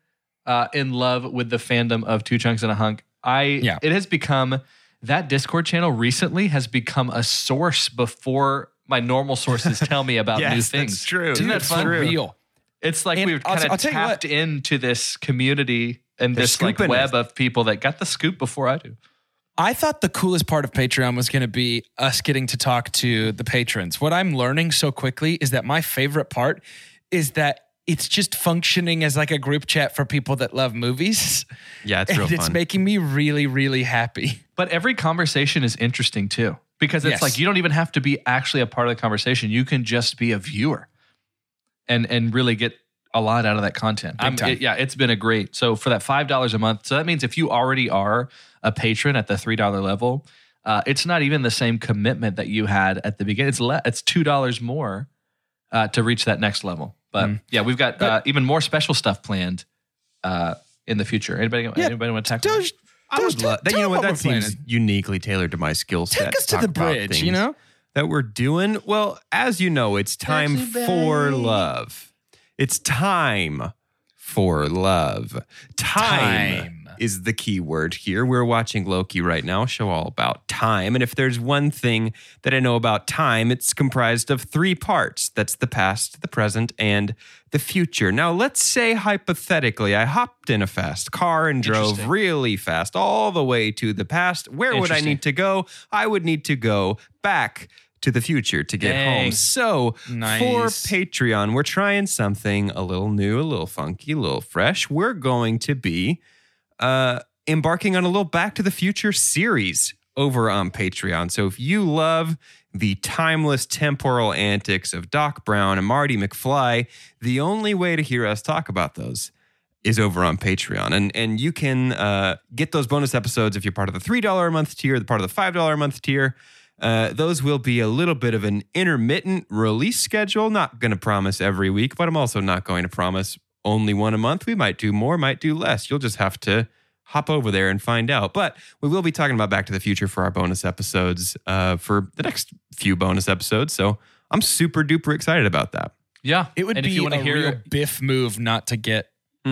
E: uh, in love with the fandom of Two Chunks and a Hunk. I
C: Yeah.
E: it has become that Discord channel recently has become a source before my normal sources tell me about new
D: Yes,
E: things.
D: that's true.
C: Dude,
E: Isn't that
C: it's
E: fun?
C: Real.
E: It's like
C: And
E: we've
C: I'll-
E: kind
C: I'll
E: of
C: tell you what.
E: tapped into this community and
D: They're
E: this like
D: scooping
E: web
D: us.
E: of people that got the scoop before I do.
C: I thought the coolest part of Patreon was going to be us getting to talk to the patrons. What I'm learning so quickly is that my favorite part is that it's just functioning as like a group chat for people that love movies.
D: Yeah, it's
C: and
D: real
C: it's
D: fun.
C: making me really, really happy.
E: But every conversation is interesting too, because it's
C: Yes.
E: like you don't even have to be actually a part of the conversation. You can just be a viewer, and and really get a lot out of that content. I'm-
C: time.
E: it- yeah, it's been a great. So for that five dollars a month, so that means if you already are a patron at the three dollar level, uh, it's not even the same commitment that you had at the beginning. It's le- it's two dollars more uh, to reach that next level. But
C: Mm.
E: yeah, we've got uh, even more special stuff planned uh, in the future. Anybody, anybody want to tackle? that?
C: Doge,
D: I would love that. You know what? That
C: we're
D: seems uniquely tailored to my skill set.
C: Take us to
D: talk
C: the
D: about
C: bridge,
D: things
C: you know?
D: that we're doing. Well, as you know, it's time for love. It's time for love. Time,
C: Time.
D: is the key word here. We're watching Loki right now, a show all about time. And if there's one thing that I know about time, it's comprised of three parts that's the past, the present, and the future. Now, let's say hypothetically, I hopped in a fast car and drove really fast all the way to the past. Where would I
E: Interesting.
D: need to go? I would need to go back to the future to get
E: Dang.
D: home. So
C: Nice.
D: for Patreon, we're trying something a little new, a little funky, a little fresh. We're going to be uh, embarking on a little Back to the Future series over on Patreon. So if you love the timeless temporal antics of Doc Brown and Marty McFly, the only way to hear us talk about those is over on Patreon. And and you can uh, get those bonus episodes if you're part of the $3 a month tier, the part of the $5 a month tier. Uh, those will be a little bit of an intermittent release schedule. Not going to promise every week, but I'm also not going to promise only one a month. We might do more, might do less. You'll just have to hop over there and find out. But we will be talking about Back to the Future for our bonus episodes uh, for the next few bonus episodes. So I'm super duper excited about that.
E: Yeah,
C: It would
E: and
C: be
E: if you want
C: a
E: to hear.
C: real Biff move not to get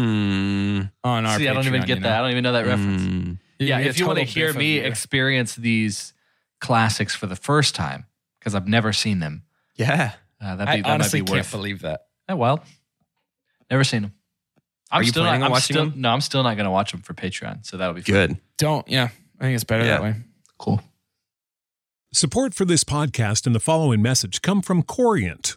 D: Hmm.
C: on our.
E: see, I don't even
C: Patreon,
E: get
C: you
E: that. I don't
C: know? Mm-hmm.
E: even know that reference.
D: Hmm.
C: It'd
E: yeah,
C: be a
E: if you want to
C: total
E: hear
C: Biff
E: me
C: of you.
E: experience these classics for the first time, because I've never seen them,
D: Yeah.
E: uh, that'd be, that
C: I honestly
E: might be
C: can't
E: worth.
C: believe that.
E: Oh, well, never seen them. I'm
D: Are you
E: still
D: planning
E: not,
D: on
E: I'm
D: watching
E: still-
D: them?
E: No, I'm still not going to watch them for Patreon, so that'll be fun.
D: Good.
C: Don't. Yeah, I think it's better
D: Yeah.
C: that way.
E: Cool.
F: Support for this podcast and the following message come from Corient.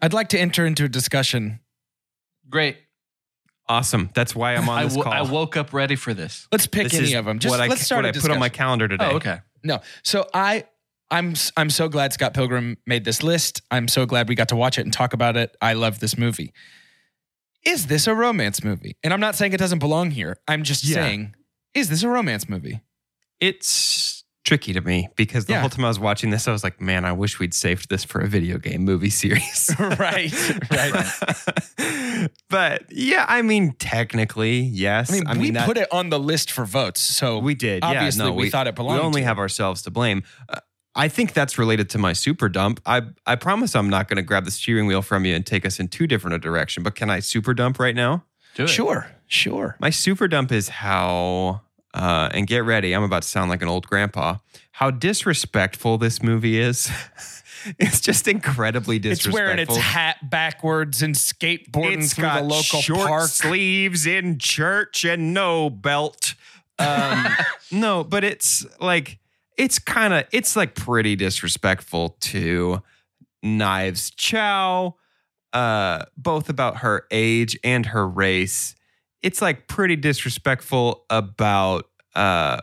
C: I'd like to enter into a discussion.
E: Great.
D: Awesome. That's why I'm on
E: I
D: this
E: wo-
D: call.
E: I woke up ready for this.
C: Let's pick
D: This is
C: any of them. Just
D: what I,
C: let's start
D: what
C: a
D: I put on my
C: discussion.
D: calendar today.
E: Oh, okay.
C: No. So I I'm I'm so glad Scott Pilgrim made this list. I'm so glad we got to watch it and talk about it. I love this movie. Is this a romance movie? And I'm not saying it doesn't belong here. I'm just
D: Yeah.
C: saying, is this a romance movie?
D: It's tricky to me because the
C: Yeah.
D: whole time I was watching this, I was like, man, I wish we'd saved this for a video game movie series.
C: Right,
D: Right. but yeah, I mean, technically, yes.
C: I mean, we
D: that-
C: put it on the list for votes. So
D: We did.
C: Obviously,
D: yeah, no,
C: we, thought it belonged.
D: We only
C: to.
D: have ourselves to blame. Uh, I think that's related to my super dump. I I promise I'm not going to grab the steering wheel from you and take us in two different a direction. But can I super dump right now?
E: Do it.
C: Sure, sure.
D: My super dump is how, uh, and get ready, I'm about to sound like an old grandpa, how disrespectful this movie is. it's just incredibly
C: It's
D: disrespectful.
C: wearing its hat backwards and skateboarding
D: It's
C: through
D: got
C: the local
D: short
C: park.
D: sleeves in church and no belt. Um, no, but it's like it's kind of it's like pretty disrespectful to Knives Chow, uh, both about her age and her race. It's like pretty disrespectful about uh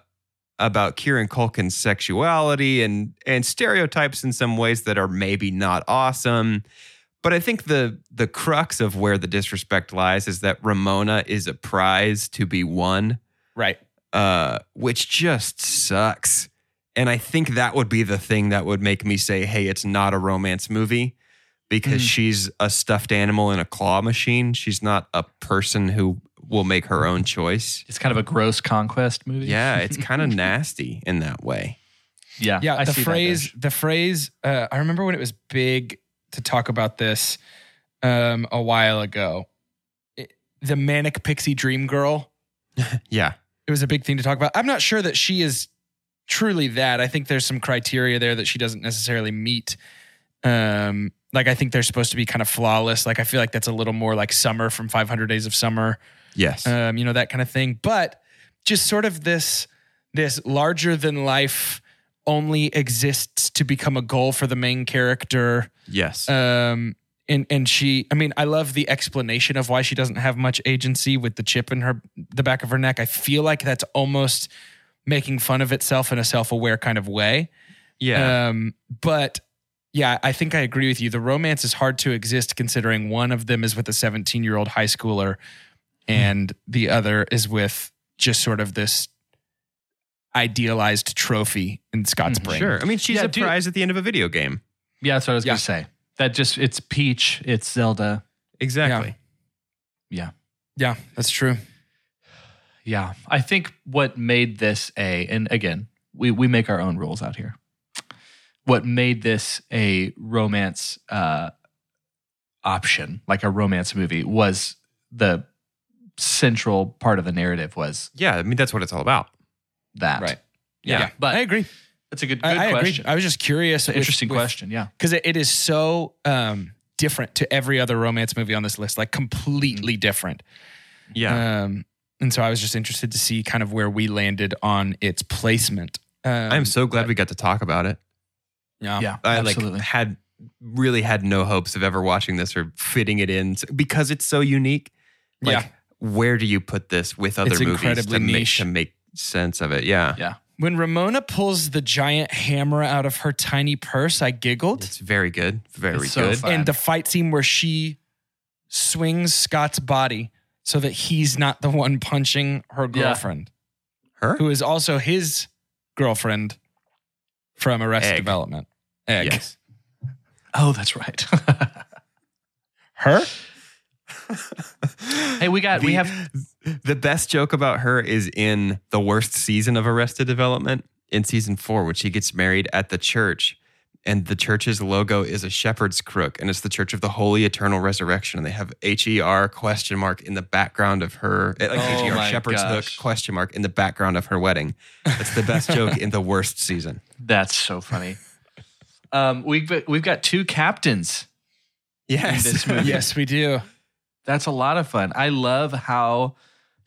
D: about Kieran Culkin's sexuality and and stereotypes in some ways that are maybe not awesome. But I think the the crux of where the disrespect lies is that Ramona is a prize to be won,
C: right.
D: uh, which just sucks. And I think that would be the thing that would make me say, "Hey, it's not a romance movie," because
C: Mhm.
D: she's a stuffed animal in a claw machine. She's not a person who will make her own choice.
E: It's kind of a gross conquest movie.
D: Yeah, it's kind of nasty in that way.
E: Yeah.
C: yeah
E: I
C: the
E: see that,
C: phrase
E: Dash.
C: the phrase uh, i remember when it was big to talk about this um, a while ago It- the manic pixie dream girl
D: Yeah,
C: it was a big thing to talk about i'm not sure that she is truly that i think there's some criteria there that she doesn't necessarily meet Um, like I think they're supposed to be kind of flawless. Like I feel like that's a little more like summer from 500 Days of Summer,
D: Yes.
C: um, you know that kind of thing. But just sort of this this larger than life only exists to become a goal for the main character.
D: yes.
C: Um, and and she, I mean, I love the explanation of why she doesn't have much agency with the chip in her the back of her neck. I feel like that's almost making fun of itself in a self aware kind of way.
D: yeah.
C: Um, but yeah, I think I agree with you. The romance is hard to exist considering one of them is with a 17 year old high schooler
E: Hmm.
C: and the other is with just sort of this idealized trophy in
E: Hmm,
C: Scott Spring.
D: sure. I mean, she's
E: Yeah,
D: a
E: do-
D: prize at the end of a video game.
E: Yeah, that's what I was
C: Yeah.
E: gonna say. That just it's Peach, it's Zelda.
D: Exactly.
E: Yeah.
C: Yeah, that's true.
E: Yeah. I think what made this a, and again, we, we make our own rules out here. What made this a romance uh, option, like a romance movie, was the central part of the narrative was
D: Yeah. I mean, that's what it's all about.
E: that.
C: Right.
E: Yeah. But
C: I agree. Good
E: it's a good, good
C: I, I agree.
E: question.
C: I was just curious.
E: It's an interesting question. Yeah.
C: Because it, it is so um, different to every other romance movie on this list, like
E: Hmm.
C: completely different.
D: Yeah.
C: Um, and so I was just interested to see kind of where we landed on its placement. Um,
D: I'm so glad we got to talk about it.
C: yeah.
E: yeah.
D: I
E: absolutely.
D: like had really had no hopes of ever watching this or fitting it in because it's so unique. Like,
C: Yeah.
D: where do you put this with other
C: It's
D: movies
C: incredibly
D: to make,
C: niche.
D: to make sense of it? Yeah.
E: yeah.
C: When Ramona pulls the giant hammer out of her tiny purse, I giggled.
D: It's very good. Very
E: It's so
D: good.
E: fun.
C: and the fight scene where she swings Scott's body so that he's not the one punching her
E: Yeah.
C: girlfriend,
D: Her?
C: who is also his girlfriend from Arrested
D: Egg.
C: Development. Egg.
D: Yes.
E: Oh, that's right.
C: Her?
E: hey, we got, we
D: The-
E: have,
D: the best joke about her is in the worst season of Arrested Development, in season four, when she gets married at the church, and the church's logo is a shepherd's crook, and it's the Church of the Holy Eternal Resurrection, and they have H E R question mark in the background of her, eh, like
E: Oh
D: H E R
E: my
D: shepherd's
E: gosh.
D: hook question mark in the background of her wedding. That's the best joke in the worst season.
E: that's so funny. Um, we've, we've got two captains
D: Yes,
E: this movie.
C: yes, we do.
E: That's a lot of fun. I love how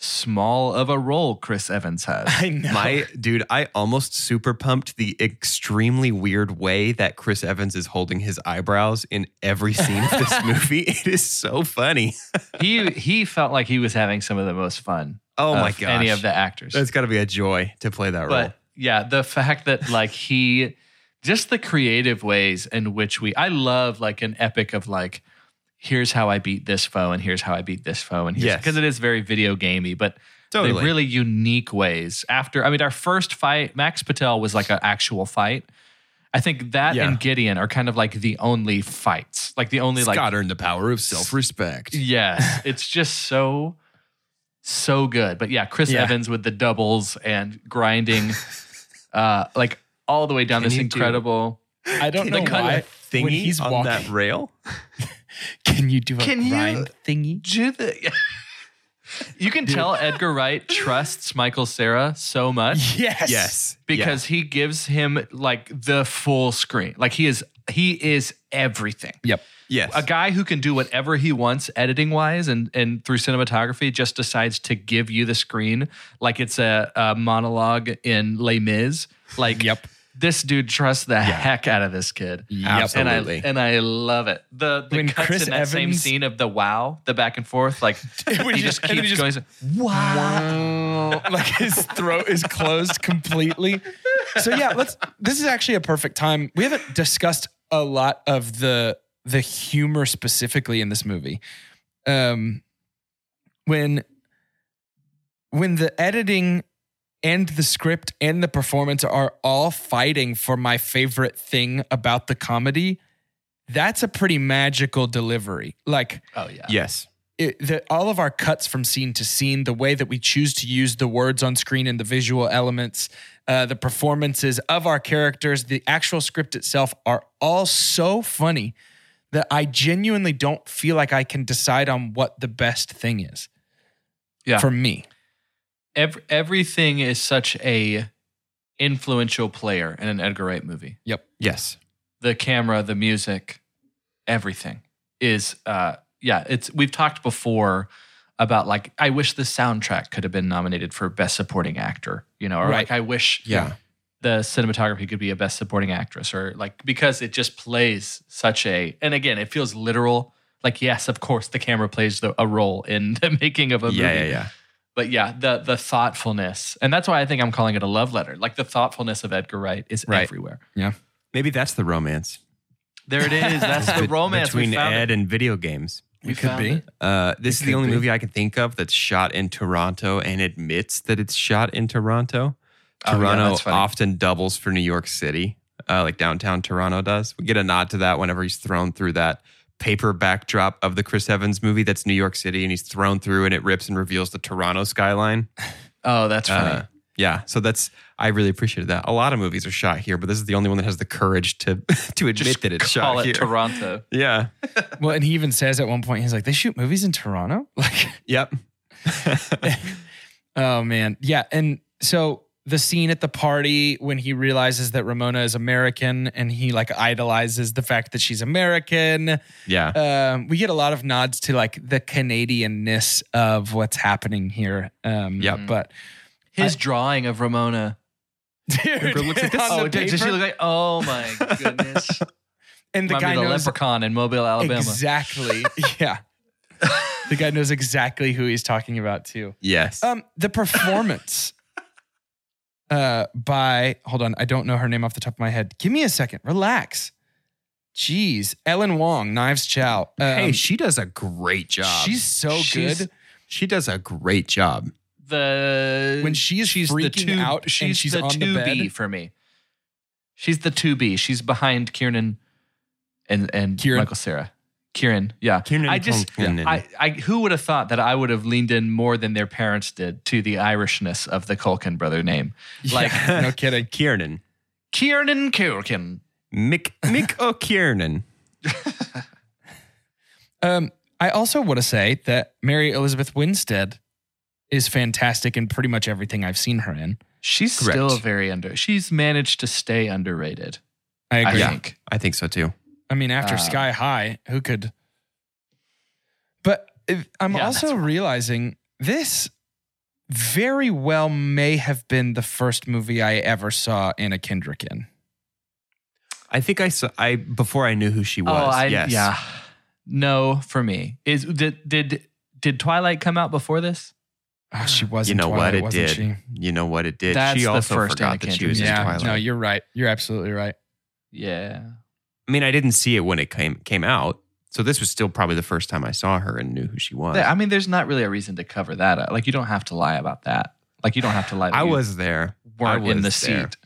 E: small of a role Chris Evans has.
C: I know.
D: My dude, I almost super pumped the extremely weird way that Chris Evans is holding his eyebrows in every scene of this movie. It is so funny.
E: he he felt like he was having some of the most fun.
D: Oh my
E: of
D: gosh.
E: Any of the actors.
D: That's got to be a joy to play that role.
E: but yeah, the fact that like he just the creative ways in which we I love like an epic of like here's how I beat this foe and here's how I beat this foe and here's
D: Yes.
E: because it is very video gamey, but
D: Totally.
E: they're really unique ways. After I mean, our first fight, Max Patel was like an actual fight. I think that
D: Yeah.
E: and Gideon are kind of like the only fights, like the only like
D: earned the power of self-respect.
E: Yes, it's just so so good. But yeah, Chris
C: Yeah.
E: Evans with the doubles and grinding, uh, like all the way down
D: Can
E: this
D: you do-
E: incredible.
C: I don't know
D: The kind
C: why.
D: of
C: when
D: thingy
C: he's
D: on
C: walking,
D: that rail.
C: can you do a
E: Can you-
C: grind thingy?
E: Do the. you can tell Edgar Wright trusts Michael Sarah so much
C: Yes.
E: because he gives him like the full screen. Like he is he is everything.
C: Yep.
D: Yeah. yes.
E: a guy who can do whatever he wants editing wise and and through cinematography just decides to give you the screen like it's a, a monologue in Les Mis. Like
C: Yep.
E: this dude trusts the heck out of this kid.
D: Absolutely.
E: And I and I love it. The the
C: When
E: cuts
C: Chris
E: in that same
C: Evans-
E: scene of the wow, the back and forth, like
C: We
E: he just
C: just- and
E: keeps
C: we just-
E: going. he's like, Wow.
C: like his throat is closed completely. So yeah, let's this is actually a perfect time. We haven't discussed a lot of the the humor specifically in this movie. Um when when the editing and the script and the performance are all fighting for my favorite thing about the comedy, that's a pretty magical delivery. Like
E: Oh yeah.
D: Yes.
C: it, the, all of our cuts from scene to scene, the way that we choose to use the words on screen and the visual elements, uh, the performances of our characters, the actual script itself are all so funny that I genuinely don't feel like I can decide on what the best thing is
E: Yeah.
C: for me.
E: Every, everything is such a influential player in an Edgar Wright movie.
D: Yes.
E: the camera, the music, everything is uh yeah, it's we've talked before about like I wish the soundtrack could have been nominated for best supporting actor, you know, or
C: Right.
E: like I wish
D: Yeah.
E: the cinematography could be a best supporting actress or like because it just plays such a and again, it feels literal. Like yes, of course the camera plays the, a role in the making of a movie
D: Yeah, yeah, yeah.
E: but yeah, the the thoughtfulness, and that's why I think I'm calling it a love letter. Like the thoughtfulness of Edgar Wright is
C: Right.
E: everywhere.
D: Maybe that's the romance.
E: There it is. That's the
D: Bet-
E: romance
D: between
E: we found.
D: Ed and video games.
E: we
C: could
E: found
C: be.
E: it.
D: Uh, this is the
C: could
D: only
C: be.
D: movie I can think of that's shot in Toronto and admits that it's shot in Toronto.
E: Oh, yeah,
D: Toronto
E: that's funny.
D: often doubles for New York City, uh, like downtown Toronto does. We get a nod to that whenever he's thrown through that paper backdrop of the Chris Evans movie that's New York City, and he's thrown through and it rips and reveals the Toronto skyline.
E: Oh, that's funny.
D: Uh, yeah, so that's I really appreciated that. A lot of movies are shot here, but this is the only one that has the courage to to admit that it's
E: Call
D: shot
E: it
D: here.
E: Toronto.
D: yeah.
C: Well, and he even says at one point, he's like, they shoot movies in Toronto? Like,
D: Yep.
C: oh man. Yeah. And so the scene at the party when he realizes that Ramona is American and he like idolizes the fact that she's American.
D: yeah.
C: Um, we get a lot of nods to like the Canadianness of what's happening here. Um,
D: Yep.
C: But
E: His drawing of Ramona.
C: dude,
D: looks at this-
C: on the
E: Oh, did, does she
C: paper-
E: look like? Oh my goodness!
C: and the
E: Might be
C: guy
E: the
C: knows
E: leprechaun in Mobile, Alabama.
C: exactly. yeah. The guy knows exactly who he's talking about too.
D: yes.
C: Um, the performance uh, by hold on, I don't know her name off the top of my head. Give me a second. Relax. Jeez, Ellen Wong, Knives Chow. Um,
D: hey, she does a great job.
C: she's so
D: She's-
C: good.
D: She does a great job.
E: The
C: When she is
E: she's the
C: freaking
E: two,
C: out and
E: she's
C: she's
E: the
C: on the
E: two B
C: bed.
E: for me. She's the two B. She's behind Kieran and and
C: Kieran.
E: Michael Sarah. Kieran, yeah.
D: Kieran
E: I just
D: Culkin.
E: I, I who would have thought that I would have leaned in more than their parents did to the Irishness of the Culkin brother name. Like
C: Yeah, no kidding.
D: Kiernan.
E: Kieran Culkin.
D: Mick Mick O'Kiernan.
C: Um, I also want to say that Mary Elizabeth Winstead is fantastic in pretty much everything I've seen her in.
E: She's
D: Correct.
E: still very under. She's managed to stay underrated.
C: I
E: I
C: agree.
E: think.
D: I think so too.
C: I mean, after
D: Ah.
E: Uh,
C: Sky High, who could? But if- I'm
E: Yeah, that's
C: also realizing this very well may have been the first movie I ever saw Anna Kendrick in.
D: I think I saw I before I knew who she was.
E: Oh, I,
D: yes.
E: yeah. No, for me is did did did Twilight come out before this?
C: Oh, she was.
D: You
C: in
D: know what
C: Twilight,
D: it
C: wasn't
D: did.
C: She?
D: You know what it did.
E: That's
D: she
E: the
D: also
E: first
D: forgot
E: Anna
D: that she
E: Kendrick.
D: was in
C: Yeah.
D: Twilight.
C: No, you're right. You're absolutely right.
E: Yeah.
D: I mean, I didn't see it when it came came out. So this was still probably the first time I saw her and knew who she was.
E: There- I mean, there's not really a reason to cover that. up. Like, you don't have to lie about that. Like, you don't have to lie. that
D: I
E: you
D: was there. I
E: weren't
D: was
E: in the
D: there.
E: seat.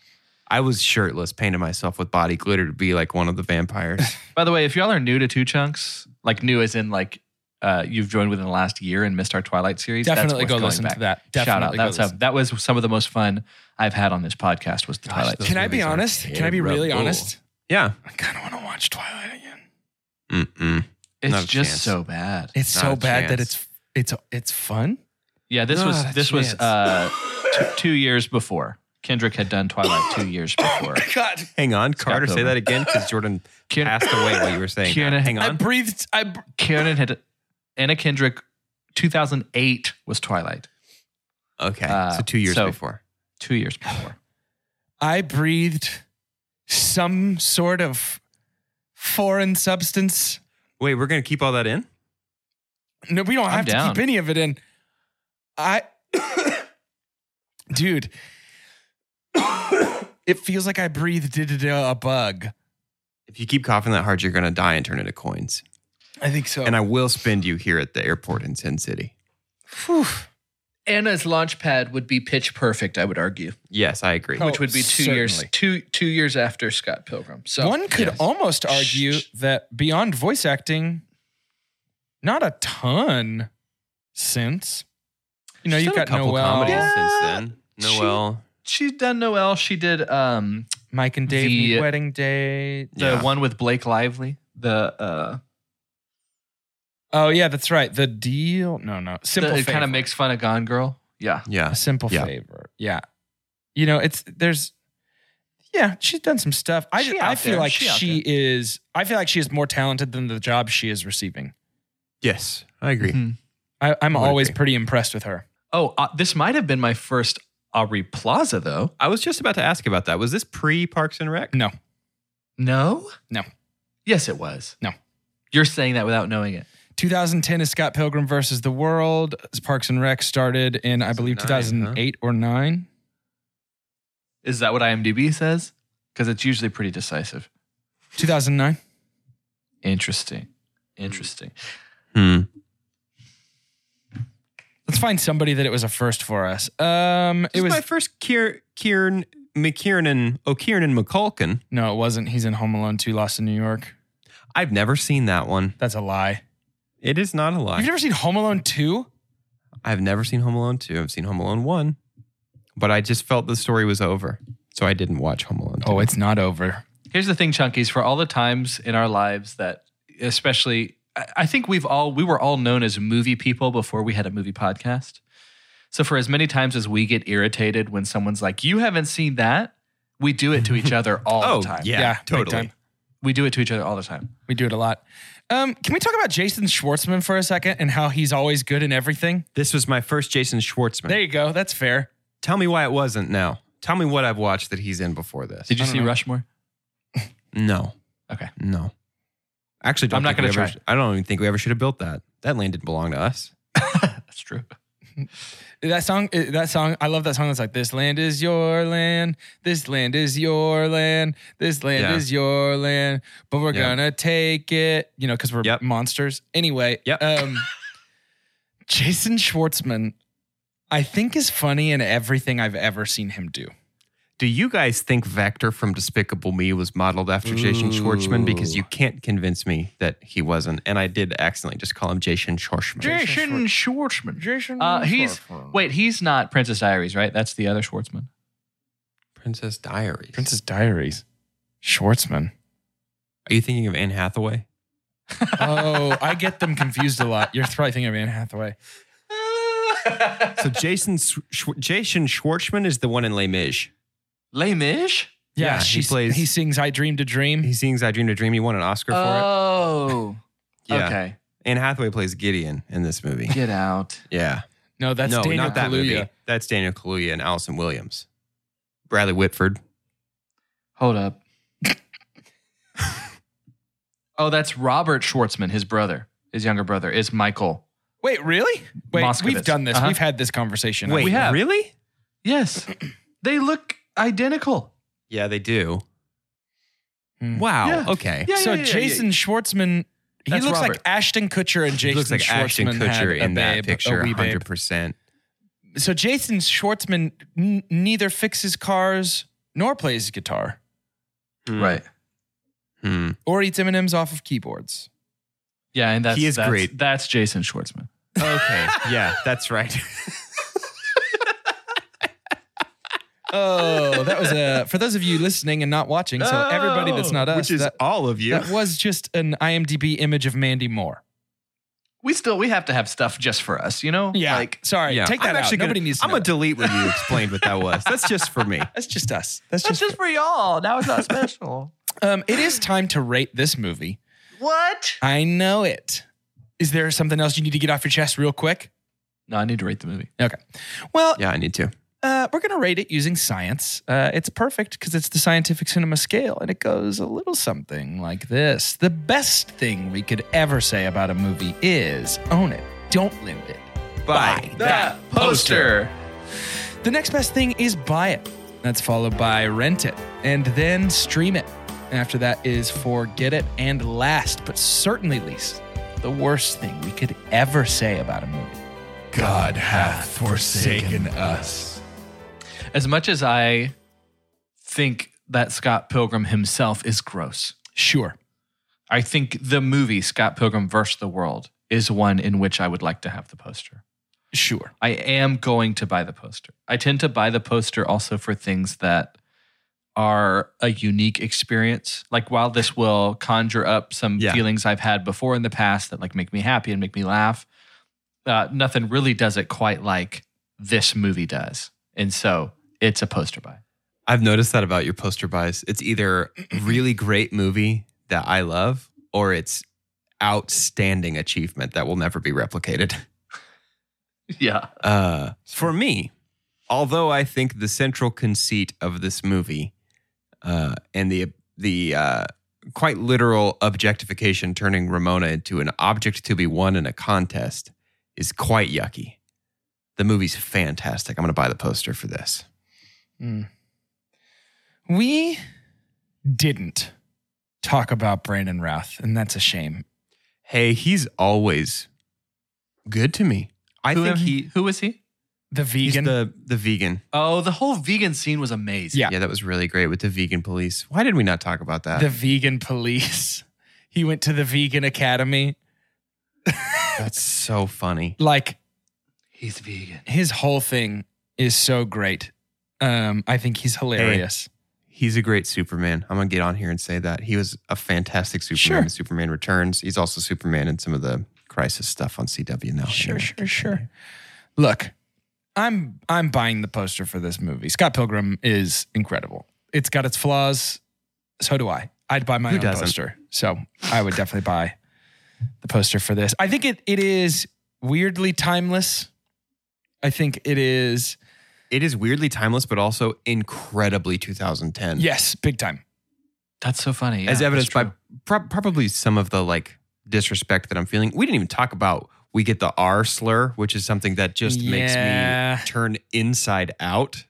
D: I was shirtless, painted myself with body glitter to be like one of the vampires.
E: By the way, if y'all are new to Two Chunks, like new as in like uh, you've joined within the last year and missed our Twilight series, that's
C: Definitely
E: worth
C: go
E: going
C: listen
E: back.
C: to that.
E: Shout out.
C: Definitely go
E: That's a,
C: listen.
E: that was some of the most fun I've had on this podcast was the
D: Gosh,
E: Twilight.
D: those
C: Can I be
D: movies are
C: honest? Can I be really
D: terrible.
C: honest?
D: yeah.
C: I kind of want to watch Twilight again.
D: Mm-mm. not
E: It's
D: a
E: just
D: chance.
E: so bad.
C: It's
D: Not
C: so
D: a
C: bad that
D: chance.
C: it's it's it's fun.
E: Yeah, this
C: Not a
E: was this was
C: Ah, chance.
E: uh, two, two years before Kendrick had done Twilight. Two years before.
C: God,
D: Hang on, Carter, say
E: over.
D: that again because Jordan
E: Kieran-
D: passed away while you were saying
E: Kieran,
D: that.
E: hang
C: I breathed. I br-
E: Kieran had Anna Kendrick. 2008 was Twilight.
D: Okay,
E: Uh,
D: so two years
E: so-
D: before.
E: Two years before.
C: I breathed some sort of foreign substance.
D: Wait, we're gonna keep all that in?
C: No, we don't
E: I'm
C: have to
E: down.
C: keep any of it in. I, dude, it feels like I breathed uh, a bug.
D: If you keep coughing that hard, you're gonna die and turn into coins.
C: I think so.
D: And I will spend you here at the airport in Sin City.
E: Anna's launch pad would be pitch perfect, I would argue,
D: Yes, I agree.
C: Oh,
E: which would be two years
C: certainly.
E: two two years after Scott Pilgrim. So
C: One could almost argue that beyond voice acting, not a ton since. You know, you've
D: Done a
C: got
D: couple
C: Noel,
D: comedies
E: Yeah,
D: since then.
E: she-
D: Noel,
E: she's done Noel. She did um
C: Mike and Dave,
E: The-
D: uh,
C: Need Wedding Day.
E: the
D: Yeah.
E: one with Blake Lively. The uh
C: Oh yeah, that's right. The deal. No, no. Simple.
E: the- it kind
C: Favor.
E: of makes fun of Gone Girl. Yeah.
C: a
D: yeah,
C: simple
D: Yeah.
C: favor. Yeah. You know, it's there's Yeah, she's done some stuff. I,
E: She
C: I
E: out
C: feel
E: there.
C: like
E: She out
C: she is. I feel like she is more talented than the job she is receiving.
D: Yes, I agree.
E: Mhm.
C: I, I'm
D: I would
C: always
D: agree.
C: pretty impressed with her.
E: Oh, uh, this might have been my first Aubrey Plaza, though.
D: I was just about to ask about that. Was this pre Parks and Rec?
C: No,
E: No?
C: No.
E: Yes, it was.
C: No.
E: You're saying that without knowing it.
C: 2010 is Scott Pilgrim versus the World. Parks and Rec started in I
E: oh
C: believe
D: 2009,
C: 2008 or nine.
E: Is that what IMDb says? Because it's usually pretty decisive.
C: 2009.
E: Interesting. Interesting.
D: Hmm.
C: Let's find somebody that it was a first for us. Um,
D: It
C: it
D: was
C: was
D: my first Kier, Kieran McKiernan O'Kiernan McCulkin.
C: no, it wasn't. He's in Home Alone 2, Lost in New York.
D: I've never seen that one.
C: That's a lie.
D: It is not a lie.
C: You've never seen Home Alone 2?
D: I've never seen Home Alone 2. I've seen Home Alone 1. But I just felt the story was over. So I didn't watch Home Alone 2.
C: Oh, it's not over.
E: Here's the thing, Chunkies, for all the times in our lives that, especially, I I think we've all, we were all known as movie people before we had a movie podcast. So, for as many times as we get irritated when someone's like, you haven't seen that, we do it to each other all
D: Oh,
E: the time.
D: yeah,
C: Yeah, big
D: totally.
C: time.
E: We do it to each other all the time.
C: We do it a lot. Um, can we talk about Jason Schwartzman for a second and how he's always good in everything?
D: This was my first Jason Schwartzman.
C: There you go. That's fair.
D: Tell me why it wasn't now. Tell me what I've watched that he's in before this.
E: Did you
C: I don't
E: see
C: know.
E: Rushmore?
D: No.
E: Okay.
D: No. Actually, don't
E: I'm not
D: think we
E: gonna
D: ever-
E: try.
D: I don't even think we ever should have built that. That land didn't belong to us.
E: That's true.
C: That song, uh, that song, I love that song. That's like, this land is your land, this land is your land, this land
D: Yeah.
C: is your land, but we're
D: Yeah.
C: gonna take it, you know, because we're
D: Yep.
C: monsters. Anyway,
D: Yep.
C: um, Jason Schwartzman, I think, is funny in everything I've ever seen him do.
D: Do you guys think Vector from Despicable Me was modeled after Jason Schwartzman? Because you can't convince me that he wasn't. And I did accidentally just call him Jason Schwartzman.
E: Jason Schwartzman.
C: Jason
E: Uh, he's wait. He's not Princess Diaries, right? That's the other Schwartzman.
D: Princess Diaries.
C: Princess Diaries, Schwartzman.
D: Are you thinking of Anne Hathaway?
C: oh, I get them confused a lot. You're probably thinking of Anne Hathaway.
D: So Jason Sch- Sch- Jason Schwartzman is the one in Les Mis.
E: Les Mis.
C: Yeah,
D: Yeah, he
C: she plays.
D: plays-
C: He sings "I Dreamed a Dream."
D: He sings "I Dreamed a Dream." He won an Oscar for
E: Oh,
D: it. Yeah.
E: okay.
D: Anne Hathaway plays Gideon in this movie.
E: Get out.
D: Yeah.
C: no, that's
D: no,
C: Daniel
D: not that
C: Kaluuya.
D: movie. That's Daniel Kaluuya and Allison Williams. Bradley Whitford.
E: Hold up. oh, that's Robert Schwartzman, his brother, his younger brother, is Michael.
C: Wait, really? Wait, we've
E: Moskovitz.
C: done this.
E: Uh-huh.
C: We've had this conversation.
D: Wait,
E: We have-
D: really?
E: Yes, they look identical.
D: Yeah, they do.
C: Hmm.
D: Wow.
E: Yeah.
D: Okay.
E: Yeah,
C: so
E: yeah, yeah, yeah.
C: Jason Schwartzman, he
E: That's
C: looks like
E: Robert.
C: Ashton Kutcher and Jason
D: looks like
C: Schwartzman
D: Ashton
C: had
D: Kutcher
C: a
D: in that
C: babe,
D: picture,
C: a wee babe.
D: hundred percent.
C: So Jason Schwartzman n- neither fixes cars nor plays guitar
D: Mm.
E: Right.
D: Hmm.
C: or eats M&Ms off of keyboards.
E: Yeah, and that's
D: He is
E: that's,
D: great.
E: That's Jason Schwartzman.
D: Okay. yeah, that's right.
C: Oh, that was a for those of you listening and not watching. So everybody that's not us,
D: Oh, which is
C: that,
D: all of you.
C: that was just an IMDb image of Mandy Moore.
E: We still we have to have stuff just for us, you know.
C: like sorry, take that
D: I'm
C: out.
D: actually gonna-
C: Nobody needs to.
D: I'm
C: know
D: gonna
C: that.
D: delete what you explained what that was. That's just for me.
C: That's just us. That's
E: That's
C: just.
E: just for y'all. Now it's not special.
C: um, it is time to rate this movie.
E: what?
C: I know it. Is there something else you need to get off your chest real quick?
E: No, I need to rate the movie.
C: Okay. Well,
D: Yeah, I need to.
C: uh, we're going to rate it using science. Uh, it's perfect because it's the scientific cinema scale, and it goes a little something like this The best thing we could ever say about a movie is own it, don't lend it.
D: Bye.
E: That poster.
C: The next best thing is buy it. That's followed by rent it and then stream it. And after that is forget it. And last, but certainly least, the worst thing we could ever say about a movie.
A: God hath forsaken us.
E: As much as I think that Scott Pilgrim himself is gross,
C: Sure.
E: I think the movie Scott Pilgrim vs. the World is one in which I would like to have the poster.
C: Sure.
E: I am going to buy the poster. I tend to buy the poster also for things that are a unique experience. Like while this will conjure up some
D: Yeah.
E: feelings I've had before in the past that like make me happy and make me laugh, uh, nothing really does it quite like this movie does. And so it's a poster buy.
D: I I've noticed that about your poster buys. It's either really great movie that I love, or it's outstanding achievement that will never be replicated.
E: Yeah.
D: Uh, for me, although I think the central conceit of this movie uh, and the the uh, quite literal objectification turning Ramona into an object to be won in a contest is quite yucky. The movie's fantastic. I'm going to buy the poster for this.
C: We didn't talk about Brandon Routh, and that's a shame.
D: Hey, he's always good to me. I
E: who,
D: think
E: am-
D: he
E: who was he?
C: The
D: he's
C: vegan.
D: the the vegan.
E: Oh, the whole vegan scene was amazing.
C: Yeah.
D: Yeah, that was really great with the vegan police. Why did we not talk about that?
C: the vegan police. He went to the vegan academy.
D: That's so funny.
C: Like
E: He's vegan.
C: his whole thing is so great. Um, I think he's hilarious.
D: He's a great Superman. I'm gonna get on here and say that he was a fantastic Superman.
C: Sure.
D: in Superman Returns. He's also Superman in some of the Crisis stuff on CW now.
C: Sure,
D: Anyway,
C: sure, sure. Look, I'm I'm buying the poster for this movie. Scott Pilgrim is incredible. It's got its flaws. So do I. I'd buy my
D: Who
C: own
D: doesn't?
C: poster. So I would definitely buy the poster for this. I think it it is weirdly timeless. I think it is
D: It is weirdly timeless, but also incredibly 2010.
C: yes, big time.
E: That's so funny.
D: as
E: yeah,
D: evidenced
E: that's
D: by prob probably some of the like disrespect that I'm feeling. We didn't even talk about we get the R slur, which is something that just
C: Yeah.
D: makes me turn inside out.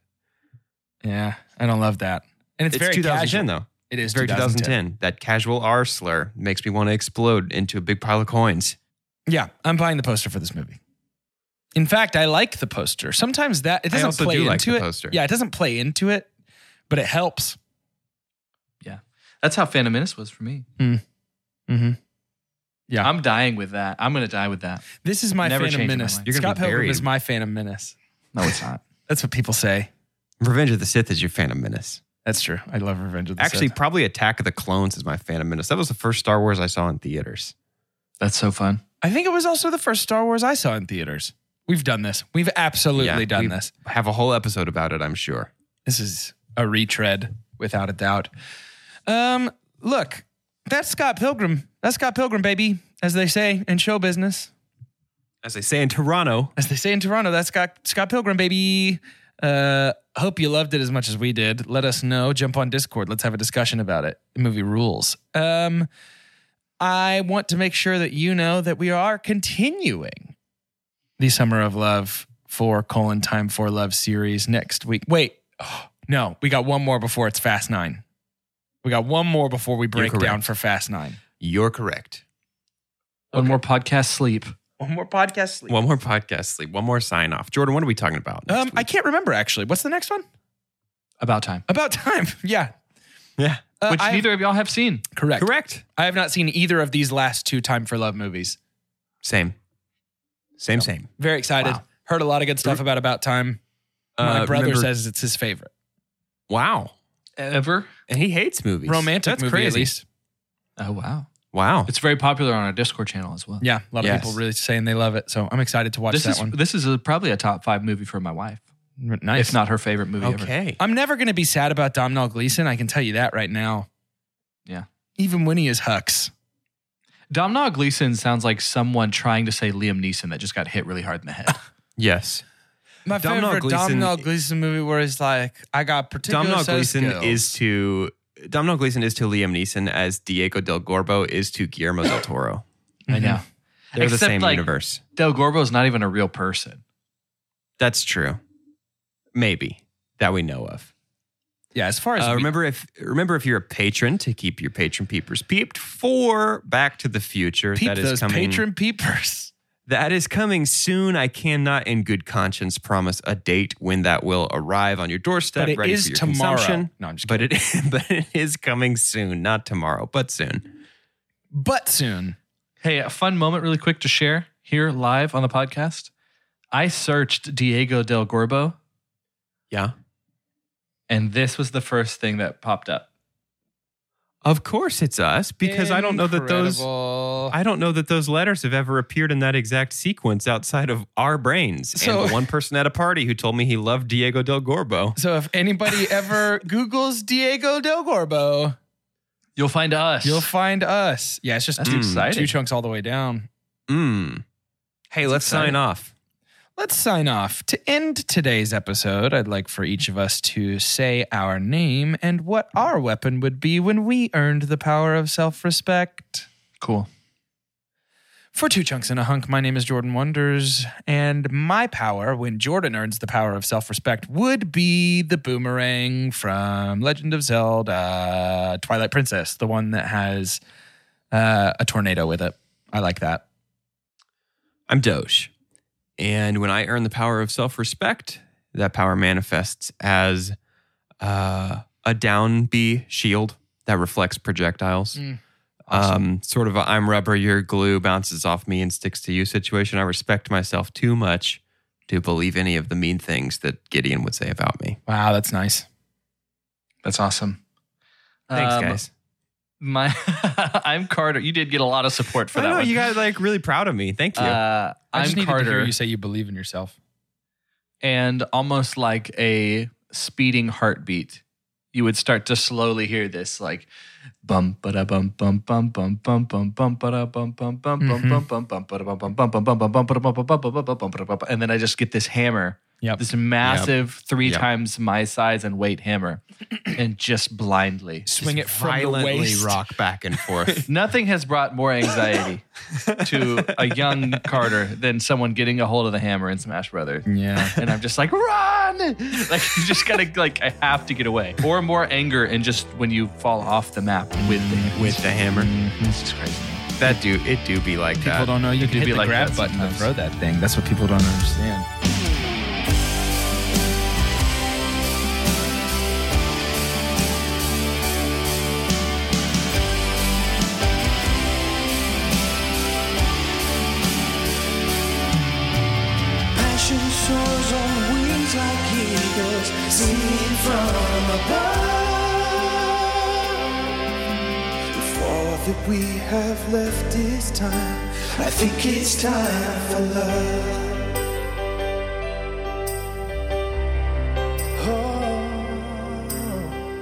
C: Yeah, I don't love that. And it's,
D: It's,
C: very
D: 2010
C: casual.
D: though.
C: It is
D: It's very 2010. That casual R slur makes me want to explode into a big pile of coins.
C: Yeah, I'm buying the poster for this movie. In fact, I like the poster. Sometimes that it
D: I
C: doesn't
D: also
C: play
D: do
C: into
D: like the
C: it.
D: poster.
C: Yeah, it doesn't play into it, but it helps.
E: true. Yeah. That's how Phantom Menace was for me.
C: Mm-hmm. Yeah.
E: I'm dying with that. I'm gonna die with that.
C: Um, This is my
E: Never
C: Phantom
E: changing my
C: Menace.
E: mind.
D: You're gonna
C: Scott
D: be
C: Pilgrim
D: buried.
C: is my Phantom Menace.
E: No, it's not.
C: That's what people say.
D: Revenge of the Sith is your Phantom Menace.
C: That's true. I love Revenge of the
D: Actually,
C: Sith.
D: probably Attack of the Clones is my Phantom Menace. That was the first Star Wars I saw in theaters.
E: That's so fun.
C: I think it was also the first Star Wars I saw in theaters. We've done this. We've absolutely
D: Yeah,
C: done
D: we-
C: this.
D: Have a whole episode about it, I'm sure.
C: This is a retread without a doubt. Um, look, that's Scott Pilgrim. That's Scott Pilgrim, baby, as they say in show business.
D: As they say in Toronto,
C: as they say in Toronto, that's Scott, Scott Pilgrim, baby. Uh, hope you loved it as much as we did. Let us know. Jump on Discord. Let's have a discussion about it. The movie rules. Um, I want to make sure that you know that we are continuing the Summer of Love for colon time for love series next week. Wait, oh, no, we got one more before it's Fast Nine. We got one more before we break
D: correct.
C: down for Fast Nine.
D: you're correct.
E: One more podcast sleep.
C: One more podcast sleep.
D: One more podcast sleep, one more sign off. Jordan, what are we talking about? next
C: Um, I
D: week?
C: can't remember actually. What's the next one?
E: About time.
C: About time. Yeah,
D: yeah.
C: Uh,
E: Which
C: I-
E: neither of y'all have seen.
C: Correct.
D: Correct.
C: I have not seen either of these last two Time for Love movies.
D: Same. Same, same.
C: Very excited.
E: Wow.
C: Heard a lot of good stuff about About Time. My
D: Uh,
C: brother
D: remember-
C: says it's his favorite.
D: wow.
E: Ever?
D: And he hates movies.
C: Romantic
D: That's
C: movie, at
D: crazy.
C: least.
E: Oh wow.
D: Wow.
E: It's very popular on our Discord channel as well.
C: Yeah, a lot of
D: Yes.
C: people really saying they love it. So I'm excited to watch
E: This
C: that
E: is
C: one.
E: this is a, probably a top five movie for my wife.
C: R- Nice.
E: If not her favorite movie ever.
D: okay.
C: I'm never going to be sad about Domhnall Gleeson. I can tell you that right now.
E: Yeah.
C: Even when he is Hux.
E: Domhnall Gleeson sounds like someone trying to say Liam Neeson that just got hit really hard in the head.
D: Yes.
C: My
D: Domhnall
C: favorite
D: Gleeson-
C: Domhnall Gleeson movie where it's like, I got particular
D: Domhnall
C: set of
D: Gleeson
C: skills.
D: is to Domhnall Gleeson is to Liam Neeson as Diego del Gorbo is to Guillermo del Toro.
E: I know.
D: They're the
E: Except,
D: same
E: like,
D: universe.
E: Del Gorbo's not even a real person.
D: That's true. Maybe that we know of.
C: Yeah, as far as.
D: Uh,
C: we-
D: remember if remember if you're a patron to keep your patron peepers peeped for Back to the Future
C: peep
D: that is
C: those
D: coming
C: patron peepers.
D: that is coming soon. I cannot in good conscience promise a date when that will arrive on your doorstep.
C: But it
D: ready
C: is
D: for your
C: tomorrow.
D: Consumption.
C: No, I'm just
D: But it but it is coming soon, not tomorrow, but soon.
C: But soon.
E: Hey, a fun moment really quick to share here live on the podcast. I searched Diego Del Gorbo,
D: Yeah.
E: and this was the first thing that popped up.
D: Of course it's us because I don't know that those
C: Incredible.
D: I don't know that those letters have ever appeared in that exact sequence outside of our brains.
C: So-
D: and the one person at a party who told me he loved Diego del Gorbo.
C: So if anybody ever Googles Diego Del Gorbo,
E: You'll find us.
C: you'll find us. Yeah, it's just
E: That's
C: two,
E: exciting.
C: two chunks all the way down.
D: Mm. Hey, let's sign off.
C: Let's sign off. To end today's episode, I'd like for each of us to say our name and what our weapon would be when we earned the power of self respect.
E: cool.
C: For Two Chunks and a Hunk, my name is Jordan Wonders, and my power, when Jordan earns the power of self respect, would be the boomerang from Legend of Zelda Twilight Princess, the one that has uh, a tornado with it. I like that.
D: I'm Doge. And when I earn the power of self respect, that power manifests as uh, a down B shield that reflects projectiles.
C: Mm.
D: Um, sort of a I'm rubber, you're glue bounces off me and sticks to you situation. I respect myself too much to believe any of the mean things that Gideon would say about me.
C: Wow, that's nice.
E: That's awesome.
D: Thanks,
E: Um,
D: guys.
E: My, I'm Carter. You did get a lot of support for
D: I
E: that
D: know
E: one.
D: you guys like really proud of me. Thank you.
E: uh,
C: I just
E: I'm
C: needed to hear
E: Carter,
C: you say you believe in yourself.
E: and almost like a speeding heartbeat, you would start to slowly hear this like bum ba bum bum bum bum bum bum bum ba bum bum bum bum bum bum bum ba bum bum bum bum bum bum bum bum bum bum bum bum and then I just get this hammer.
C: Yep.
E: This massive, three
D: Yep.
E: times my size and weight hammer, and just blindly
C: Swing it from the
D: Violently
C: waist.
D: rock back and forth.
E: Nothing has brought more anxiety to a young Carter than someone getting a hold of the hammer in Smash Brothers.
C: Yeah.
E: And I'm just like, run! Like, you just gotta, like, I have to get away. Or more anger and just when you fall off the map with the
D: with the hammer.
E: It's just crazy.
D: That do it do be like that.
C: People don't know you
E: It could
C: can hit
E: be
C: the
E: like
C: grab
E: that
C: button and
E: sometimes.
C: throw that thing. That's what people don't understand.
B: Passion soars on wings like eagles, seen from above. If all that we have left is time, I think it's time for love. Oh.